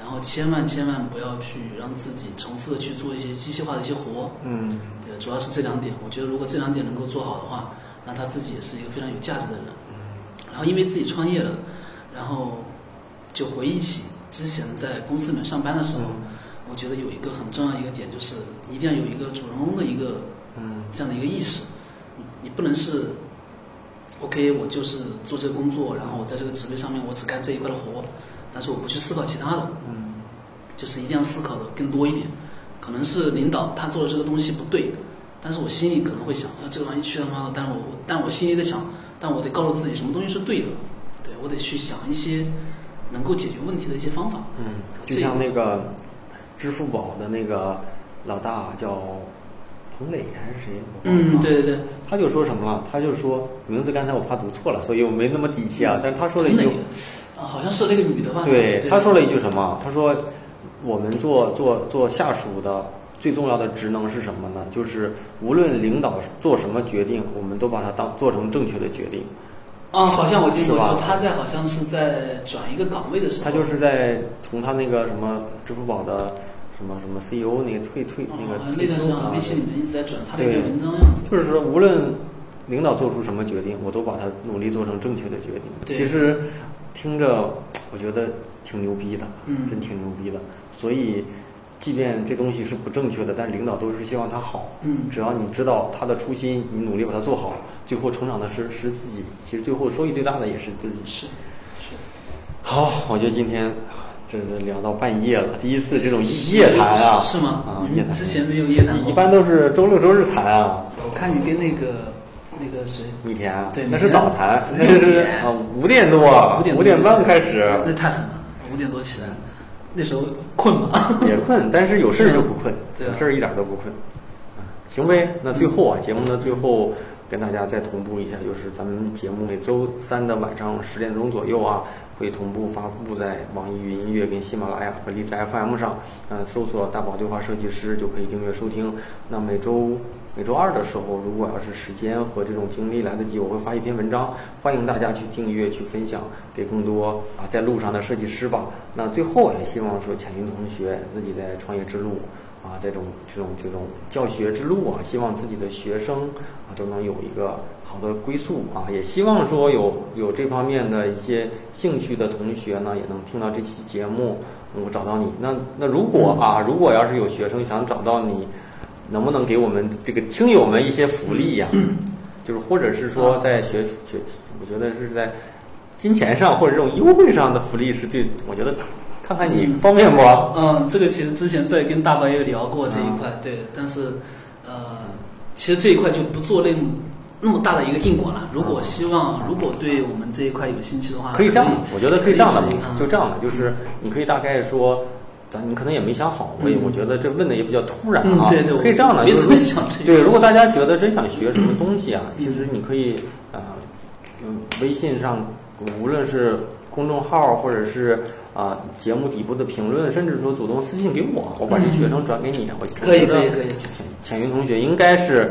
Speaker 3: 然后千万千万不要去让自己重复的去做一些机械化的一些活，
Speaker 2: 嗯，
Speaker 3: 对，主要是这两点。我觉得如果这两点能够做好的话，那他自己也是一个非常有价值的人。然后因为自己创业了，然后就回忆起之前在公司里面上班的时候，我觉得有一个很重要的一个点就是，一定要有一个主人翁的一个
Speaker 2: 嗯，
Speaker 3: 这样的一个意识。你你不能是，OK，我就是做这个工作，然后我在这个职位上面我只干这一块的活，但是我不去思考其他的。
Speaker 2: 嗯，
Speaker 3: 就是一定要思考的更多一点。可能是领导他做的这个东西不对，但是我心里可能会想，啊，这个玩意去他妈的！但我但我心里在想，但我得告诉自己什么东西是对的，对我得去想一些能够解决问题的一些方法。
Speaker 2: 嗯，就
Speaker 3: 这
Speaker 2: 像
Speaker 3: 个
Speaker 2: 那个支付宝的那个老大叫彭磊还是谁？我忘了
Speaker 3: 嗯，对对对，
Speaker 2: 他就说什么了？他就说名字刚才我怕读错了，所以我没那么底气啊。但是他说了一
Speaker 3: 那
Speaker 2: 句
Speaker 3: 个，啊，好像是那个女的吧？
Speaker 2: 对，他说了一句什么？他说，我们做做做下属的最重要的职能是什么呢？就是无论领导做什么决定，我们都把它当做成正确的决定。
Speaker 3: 啊，好像我记
Speaker 2: 是
Speaker 3: 过，
Speaker 2: 吧
Speaker 3: 就他在好像是在转一个岗位的时候，
Speaker 2: 他就是在从他那个什么支付宝的什么什么 CEO 那个退退
Speaker 3: 哦
Speaker 2: 那个
Speaker 3: 那
Speaker 2: 退
Speaker 3: 段时
Speaker 2: 休
Speaker 3: 间
Speaker 2: 啊
Speaker 3: 微，信里面一直在转他的一
Speaker 2: 对
Speaker 3: 篇文章样子。
Speaker 2: 就是说无论领导做出什么决定，我都把它努力做成正确的决定。
Speaker 3: 对
Speaker 2: 其实听着，我觉得挺牛逼的。
Speaker 3: 嗯，
Speaker 2: 真挺牛逼的。所以，即便这东西是不正确的，但领导都是希望它好。
Speaker 3: 嗯，
Speaker 2: 只要你知道他的初心，你努力把它做好，最后成长的是是自己。其实最后收益最大的也是自己。
Speaker 3: 是是。
Speaker 2: 好，我觉得今天这是聊到半夜了，第一次这种夜谈啊，
Speaker 3: 是吗？
Speaker 2: 啊，
Speaker 3: 你
Speaker 2: 夜
Speaker 3: 们
Speaker 2: 谈。
Speaker 3: 之前没有夜谈过
Speaker 2: 一般都是周六周日谈啊，
Speaker 3: 我看你跟那个那个谁，
Speaker 2: 米田啊，
Speaker 3: 对
Speaker 2: 那
Speaker 3: 米
Speaker 2: 是
Speaker 3: 田
Speaker 2: 早谈，那
Speaker 3: 六
Speaker 2: 是
Speaker 3: 点
Speaker 2: 啊五点多，
Speaker 3: 五点多
Speaker 2: 半开始，
Speaker 3: 那太狠了，五点多起来，那时候困吗？
Speaker 2: 也困，但是有事儿就不困，
Speaker 3: 对啊
Speaker 2: 有事儿一点儿都不困。啊行呗，那最后啊，节目的最后跟大家再同步一下，就是咱们节目每周三的晚上十点钟左右啊，会同步发布在网易云音乐、跟喜马拉雅和荔枝 FM 上。嗯、搜索“大宝对话设计师”就可以订阅收听。那每周每周二的时候，如果要是时间和这种精力来得及，我会发一篇文章，欢迎大家去订阅、去分享，给更多啊在路上的设计师吧。那最后也希望说，浅云同学自己在创业之路啊，这种这种这种教学之路啊，希望自己的学生啊都能有一个好的归宿啊，也希望说有有这方面的一些兴趣的同学呢，也能听到这期节目，能够找到你。那那如果啊，如果要是有学生想找到你，能不能给我们这个听友们一些福利呀、就是或者是说在学学，我觉得是在金钱上或者这种优惠上的福利是最，我觉得看看你方便不？啊
Speaker 3: 嗯，这个其实之前在跟大白也聊过这一块，
Speaker 2: 嗯
Speaker 3: 对，但是呃，其实这一块就不做那么那么大的一个硬广了。如果希望，如果对我们这一块有兴趣的话，
Speaker 2: 嗯可以这样的，我觉得可以这样的
Speaker 3: 啊可以嗯，
Speaker 2: 就这样的，就是你可以大概说，咱你可能也没想好，我也
Speaker 3: 嗯
Speaker 2: 我觉得这问的也比较突然
Speaker 3: 嗯
Speaker 2: 啊，，
Speaker 3: 对对，
Speaker 2: 可以这样的，
Speaker 3: 没
Speaker 2: 就
Speaker 3: 怎么
Speaker 2: 是
Speaker 3: 想这个。
Speaker 2: 对，如果大家觉得真想学什么东西啊，
Speaker 3: 嗯
Speaker 2: 其实你可以啊，嗯微信上无论是公众号或者是。啊，节目底部的评论，甚至说主动私信给我，我把这
Speaker 3: 嗯
Speaker 2: 学生转给你，我
Speaker 3: 可以
Speaker 2: 我觉得
Speaker 3: 可以可以
Speaker 2: 浅浅云同学应该是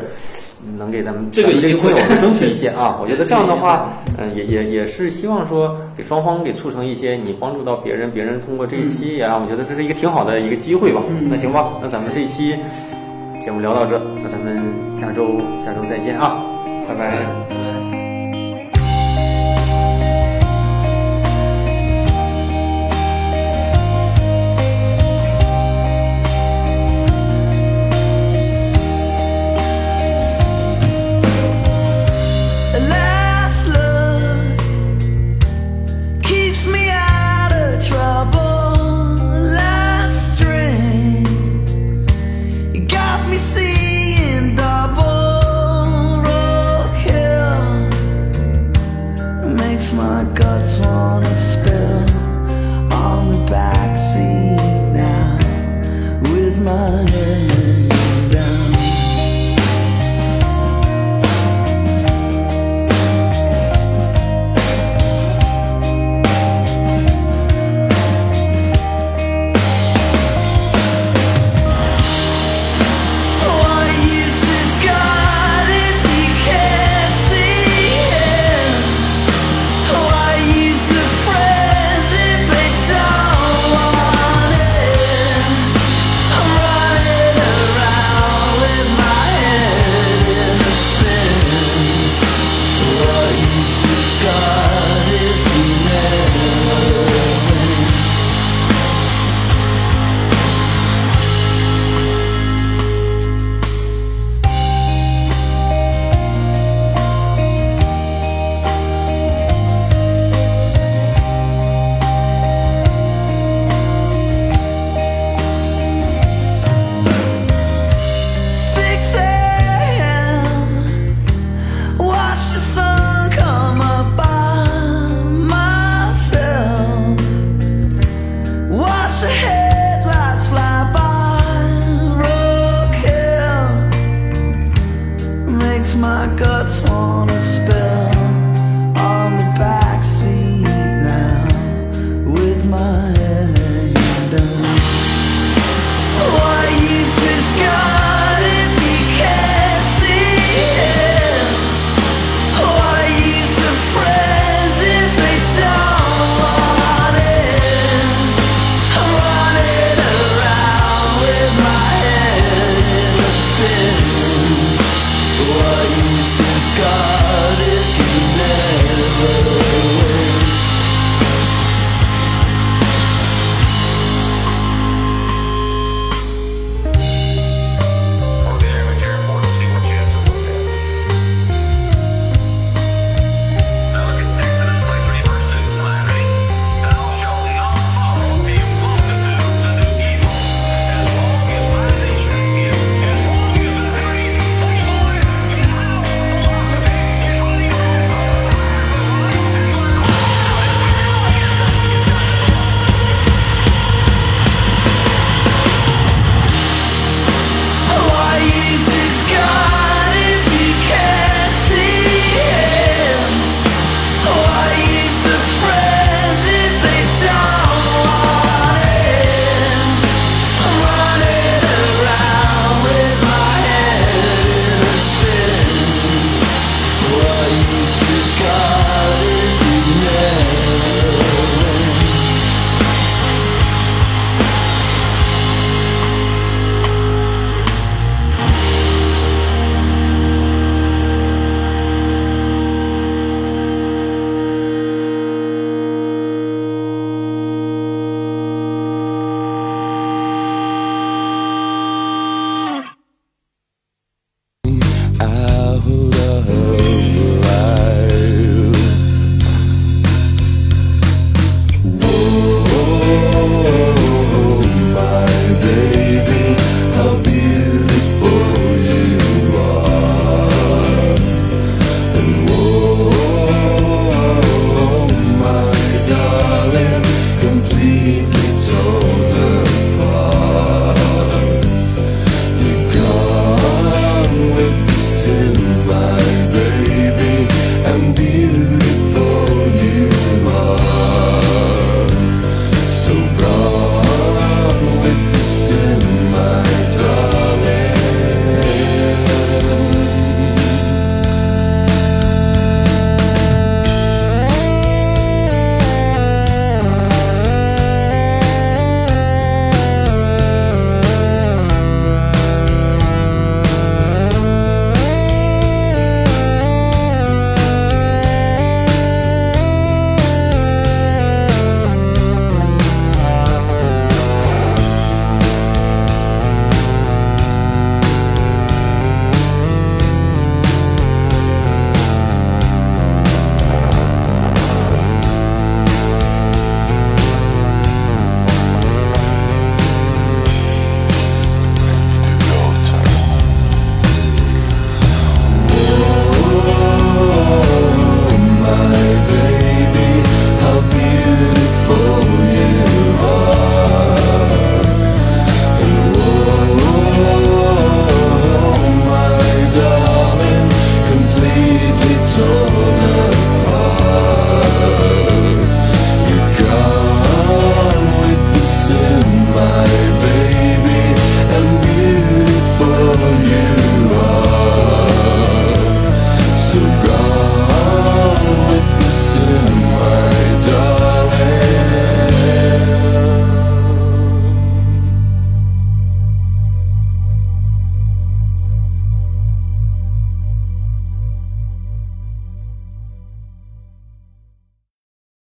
Speaker 2: 嗯能给咱们
Speaker 3: 这个
Speaker 2: 咱们
Speaker 3: 一
Speaker 2: 这
Speaker 3: 定
Speaker 2: 个
Speaker 3: 会
Speaker 2: 听友们争取一些 啊。我觉得这样的话，
Speaker 3: 对
Speaker 2: 嗯，也也也是希望说给双方给促成一些你帮助到别人，别人通过这一期也让我觉得这是一个挺好的一个机会吧。
Speaker 3: 嗯
Speaker 2: 那行吧，那咱们这一期节目聊到这，那咱们下周下周再见啊，拜拜
Speaker 3: 拜拜。
Speaker 4: Last love keeps me out of trouble. Last string got me seeing double. Rock Hill makes my guts wanna spill on the backseat now with my head down. What use is God if you can't see Him? What use of friends if they don't want it? I'm running around with my head in a spin. What use is God if you never win? Six a.m. Watch the sun come up by myself. Watch the headlights fly by. Rock Hill makes my guts wanna spill on the backseat now with my head.